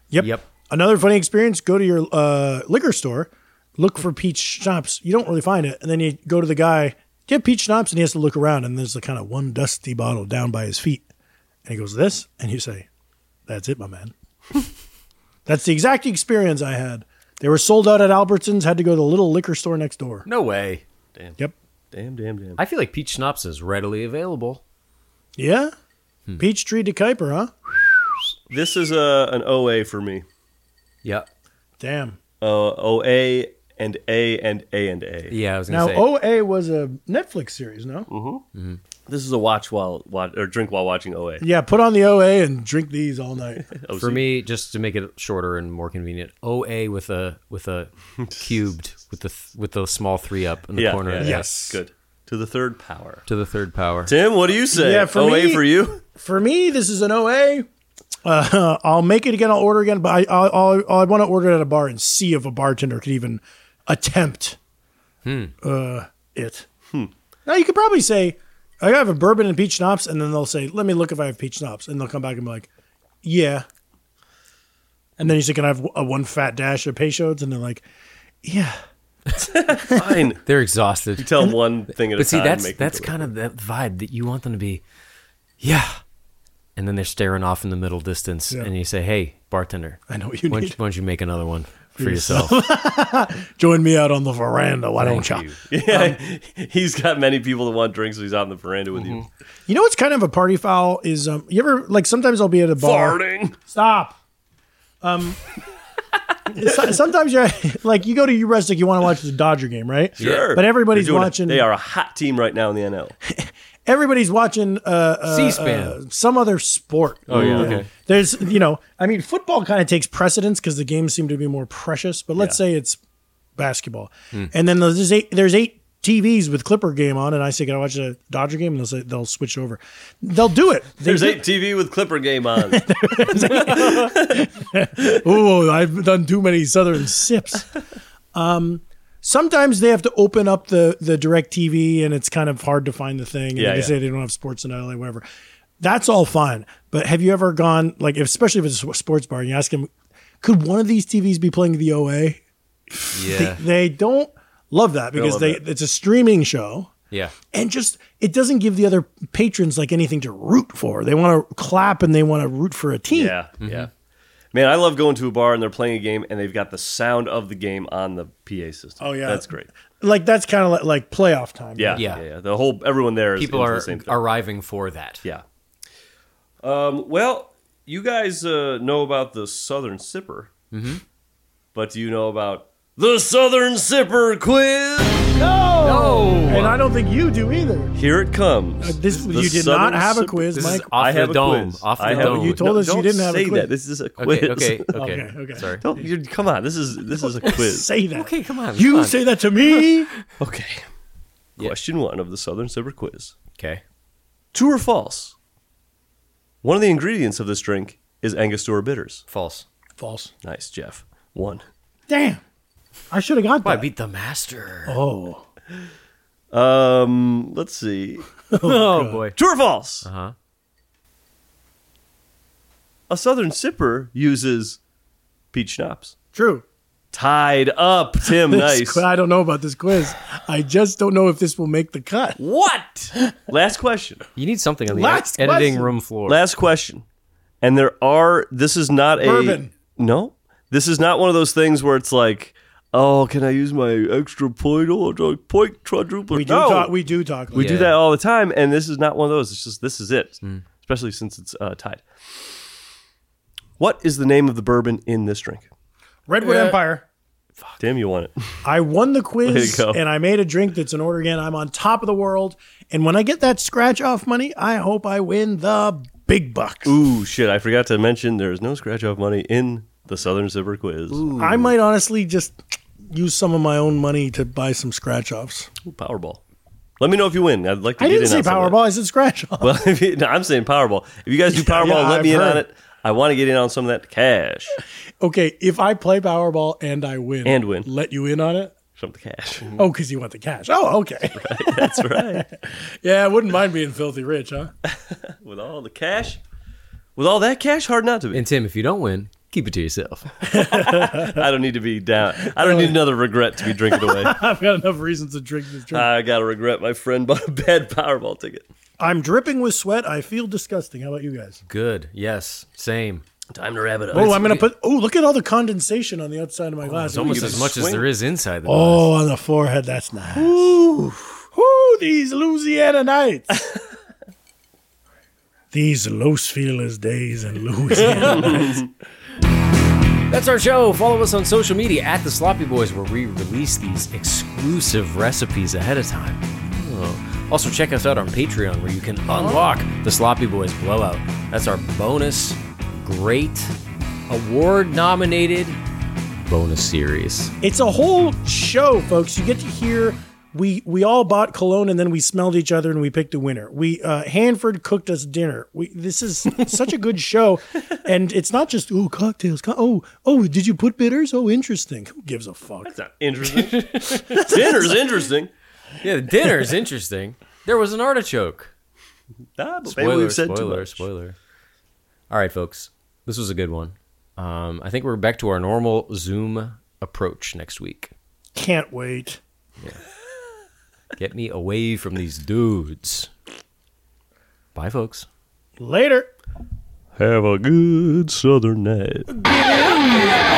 Speaker 1: Yep.
Speaker 3: Yep.
Speaker 1: Another funny experience go to your uh, liquor store, look for peach schnapps. You don't really find it. And then you go to the guy, do you have peach schnapps? And he has to look around. And there's the kind of one dusty bottle down by his feet. And he goes, This? And you say, That's it, my man. <laughs> That's the exact experience I had. They were sold out at Albertsons, had to go to the little liquor store next door.
Speaker 3: no way.
Speaker 1: Yep.
Speaker 4: Damn, damn, damn.
Speaker 3: I feel like peach schnapps is readily available.
Speaker 1: Yeah? Peach tree to Kuiper, huh?
Speaker 4: This is a, an OA for me.
Speaker 3: Yeah.
Speaker 1: Damn.
Speaker 4: Uh, OA and A and A and A.
Speaker 3: Yeah, I was going
Speaker 1: Now,
Speaker 3: to say.
Speaker 1: OA was a Netflix series, no?
Speaker 4: This is a watch while watch, or drink while watching OA.
Speaker 1: Yeah, put on the OA and drink these all night.
Speaker 3: For me, just to make it shorter and more convenient, OA with a with <laughs> a cubed with the th- with the small three up in the
Speaker 4: Yeah,
Speaker 3: corner.
Speaker 4: yeah,
Speaker 3: of the-
Speaker 4: yeah.
Speaker 1: Yes.
Speaker 4: Good. To the third power.
Speaker 3: To the third power.
Speaker 4: Tim, what do you say?
Speaker 1: Yeah, for
Speaker 4: OA
Speaker 1: me-
Speaker 4: for you?
Speaker 1: for me, this is an OA. Uh, <laughs> I'll make it again. I'll order again, but I, I'll, I'll, I want to order it at a bar and see if a bartender could even attempt uh, it. Now you could probably say, "I have a bourbon and peach schnapps," and then they'll say, "Let me look if I have peach schnapps," and they'll come back and be like, "Yeah." And then you say, "Can I have a one fat dash of Peychaud's?" And they're like, "Yeah."
Speaker 4: Fine.
Speaker 3: They're exhausted.
Speaker 4: You tell them one thing at a
Speaker 3: But see,
Speaker 4: time.
Speaker 3: that's
Speaker 4: make them
Speaker 3: that's
Speaker 4: do it.
Speaker 3: kind of that vibe that you want them to be. Yeah, and then they're staring off in the middle distance,
Speaker 1: Yeah.
Speaker 3: and you say, "Hey, bartender,
Speaker 1: I know what you
Speaker 3: why
Speaker 1: need.
Speaker 3: don't, why don't you make
Speaker 1: <laughs>
Speaker 3: another one for yourself?"
Speaker 1: Join me out on the veranda. Why don't ya? you?
Speaker 4: Yeah,
Speaker 3: um,
Speaker 4: <laughs> he's got many people that want drinks, so he's out in the veranda with
Speaker 1: Mm-hmm.
Speaker 4: you.
Speaker 1: know what's kind of a party foul is um, you ever like sometimes I'll be at a bar.
Speaker 4: Farting.
Speaker 1: Stop. Um, <laughs> so- sometimes you're like you go to Rustic, you want to watch the Dodger game, right?
Speaker 4: Sure.
Speaker 1: But everybody's
Speaker 4: They're doing it.
Speaker 1: watching-
Speaker 4: They are a hot team right now in the NL.
Speaker 1: Everybody's watching uh, uh,
Speaker 3: C-SPAN.
Speaker 1: uh, some other sport. Oh
Speaker 3: yeah, okay.
Speaker 1: There's you know, I mean, football kind of takes precedence because the games seem to be more precious. But let's say it's basketball,
Speaker 3: Hmm.
Speaker 1: and then there's eight, there's eight TVs with Clipper game on, and I say, "Can I watch the Dodger game?" And they'll say they'll switch over. They'll do it. They
Speaker 4: There's
Speaker 1: do-
Speaker 4: eight TV with Clipper
Speaker 1: <laughs>
Speaker 4: game on.
Speaker 1: Oh, I've done too many Southern
Speaker 4: <laughs>
Speaker 1: sips. Um, sometimes they have to open up the the Direct TV, and it's kind of hard to find the thing. And
Speaker 4: Yeah,
Speaker 1: they can
Speaker 4: yeah.
Speaker 1: say they don't have sports in LA, whatever. That's all fine. But have you ever gone like, if, especially if it's a sports bar, and you ask them, could one of these TVs be playing the OA?
Speaker 3: yeah,
Speaker 1: They don't love that because
Speaker 4: love
Speaker 1: they
Speaker 4: that.
Speaker 1: it's a streaming show
Speaker 3: yeah.
Speaker 1: and just it doesn't give the other patrons like anything to root for. They want to clap and they want to root for a team.
Speaker 4: Yeah, yeah. Man, I love going to a bar and they're playing a game and they've got the sound of the game on the PA system.
Speaker 1: Oh, yeah.
Speaker 4: that's great.
Speaker 1: Like that's kind of like, like playoff time.
Speaker 4: Yeah,
Speaker 3: Yeah.
Speaker 4: yeah, yeah. The whole everyone there is
Speaker 3: People
Speaker 4: into
Speaker 3: are
Speaker 4: the same thing.
Speaker 3: arriving for that.
Speaker 4: yeah. Um, well, you guys uh, know about the Southern Sipper, mm-hmm. but do you know about the Southern Sipper quiz?
Speaker 1: And I don't think you do either.
Speaker 4: Here it comes.
Speaker 1: Uh, This-
Speaker 4: The
Speaker 1: you did not
Speaker 4: Southern
Speaker 1: have a
Speaker 4: Sipper-
Speaker 1: quiz,
Speaker 3: This
Speaker 1: Mike.
Speaker 3: is off
Speaker 4: I
Speaker 3: the
Speaker 4: have a
Speaker 3: dome.
Speaker 4: quiz.
Speaker 3: Off the
Speaker 4: I have a-
Speaker 3: dome.
Speaker 1: You told us you
Speaker 4: don't
Speaker 1: didn't have a
Speaker 4: say
Speaker 1: quiz.
Speaker 4: that. This is a quiz.
Speaker 3: Okay, okay,
Speaker 4: <laughs>
Speaker 3: okay.
Speaker 1: Okay, okay.
Speaker 3: Sorry.
Speaker 4: Don't, you come on. This is this is a quiz.
Speaker 1: <laughs> say that.
Speaker 3: Okay, come on.
Speaker 1: You
Speaker 3: come on.
Speaker 1: say that to
Speaker 4: <laughs>
Speaker 1: me.
Speaker 4: Okay. Question one of the Southern Silver Quiz.
Speaker 3: okay.
Speaker 4: True or false? One of the ingredients of this drink is Angostura bitters.
Speaker 3: False.
Speaker 1: False.
Speaker 4: Nice, Jeff. One.
Speaker 1: Damn. I should have got
Speaker 3: Well, I
Speaker 1: that.
Speaker 3: beat the master.
Speaker 1: oh.
Speaker 4: Um, let's see.
Speaker 3: Oh, boy.
Speaker 4: True or false?
Speaker 3: Uh-huh.
Speaker 4: A Southern sipper uses peach schnapps.
Speaker 1: True.
Speaker 4: Tied up,
Speaker 1: <laughs>
Speaker 4: Tim.
Speaker 1: This
Speaker 4: nice.
Speaker 1: qui- I don't know about this quiz. I just don't know if this will make the cut.
Speaker 4: what? Last question.
Speaker 3: You need something on the
Speaker 1: Last
Speaker 3: ed- editing
Speaker 1: question.
Speaker 3: room floor.
Speaker 4: Last question. And there are this is not a
Speaker 1: Bourbon.
Speaker 4: No. This is not one of those things where it's like, oh, can I use my extra point or the point quadrupler?
Speaker 1: We do
Speaker 4: no.
Speaker 1: talk. We do talk.
Speaker 4: We
Speaker 1: Like
Speaker 4: do
Speaker 3: Yeah. Hmm.
Speaker 4: that all the time, and this is not one of those. It's just this is it. Especially since it's uh, tied. What is the name of the bourbon in this drink?
Speaker 1: Redwood
Speaker 4: Uh,
Speaker 1: Empire.
Speaker 4: Damn, you want it.
Speaker 1: I won the quiz
Speaker 4: Way to go.
Speaker 1: and I made a drink that's an order again. I'm on top of the world. And when I get that scratch off money, I hope I win the big bucks.
Speaker 4: Ooh, shit! I forgot to mention there is no scratch off money in the Southern Zipper Quiz.
Speaker 1: I might honestly just use some of my own money to buy some scratch offs.
Speaker 4: Ooh, Powerball. Let me know if you win. I'd like to
Speaker 1: I
Speaker 4: get
Speaker 1: didn't
Speaker 4: in
Speaker 1: say
Speaker 4: on some of that.
Speaker 1: Powerball. I said scratch off.
Speaker 4: <laughs> Well, if you, no, I'm saying Powerball. If you guys do
Speaker 1: <laughs>
Speaker 4: Powerball,
Speaker 1: yeah,
Speaker 4: let me
Speaker 1: I've
Speaker 4: in on
Speaker 1: heard.
Speaker 4: it. I want to get in on some of that cash.
Speaker 1: Okay, if I play Powerball and I win,
Speaker 4: And win.
Speaker 1: let you in on it.
Speaker 4: Some of the cash. <laughs>
Speaker 1: Oh, because you want the cash. Oh, okay.
Speaker 4: That's right.
Speaker 1: <laughs> yeah, I wouldn't mind being filthy rich, huh? <laughs>
Speaker 4: With all the cash, with all that cash, hard not to
Speaker 1: <laughs>
Speaker 4: be.
Speaker 3: And Tim, if you don't win, keep it to yourself. <laughs>
Speaker 4: I don't need to be down. I don't need another regret to be drinking
Speaker 1: <laughs>
Speaker 4: away.
Speaker 1: I've got enough reasons to drink this drink.
Speaker 4: I gotta regret my friend bought a bad Powerball ticket.
Speaker 1: I'm dripping with sweat. I feel disgusting. How about you guys?
Speaker 3: Good. Yes. Same.
Speaker 4: Time to wrap it up.
Speaker 1: Oh, I'm gonna put. Oh, look at all the condensation on the outside of my glass. Oh,
Speaker 3: Almost as much as there is inside the glass.
Speaker 1: on the forehead. That's nice. Ooh, ooh, these Louisiana nights. <laughs> these Los Feliz days in Louisiana.
Speaker 3: That's our show. Follow us on social media at the Sloppy Boys, where we release these exclusive recipes ahead of time. Oh. Also, check us out on Patreon, where you can unlock the Sloppy Boys Blowout. That's our bonus, great, award-nominated bonus series.
Speaker 1: it's a whole show, folks. You get to hear. We we all bought cologne and then we smelled each other and we picked a winner. We uh, Hanford cooked us dinner. We this is <laughs> such a good show, and it's not just oh cocktails. Co- oh oh, did you put bitters? Oh, interesting. Who gives a fuck?
Speaker 4: That's not
Speaker 1: <laughs>
Speaker 4: interesting. Dinner's interesting.
Speaker 3: Yeah, the dinner is interesting. There was an artichoke.
Speaker 4: Ah, but maybe
Speaker 3: Spoiler,
Speaker 4: we've said too
Speaker 3: spoiler,
Speaker 4: much.
Speaker 3: spoiler. All right, folks. This was a good one. Um, I think we're back to our normal Zoom approach next week.
Speaker 1: Can't wait.
Speaker 3: Get me away from these dudes. Bye, folks.
Speaker 1: Later.
Speaker 4: Have a good Southern night.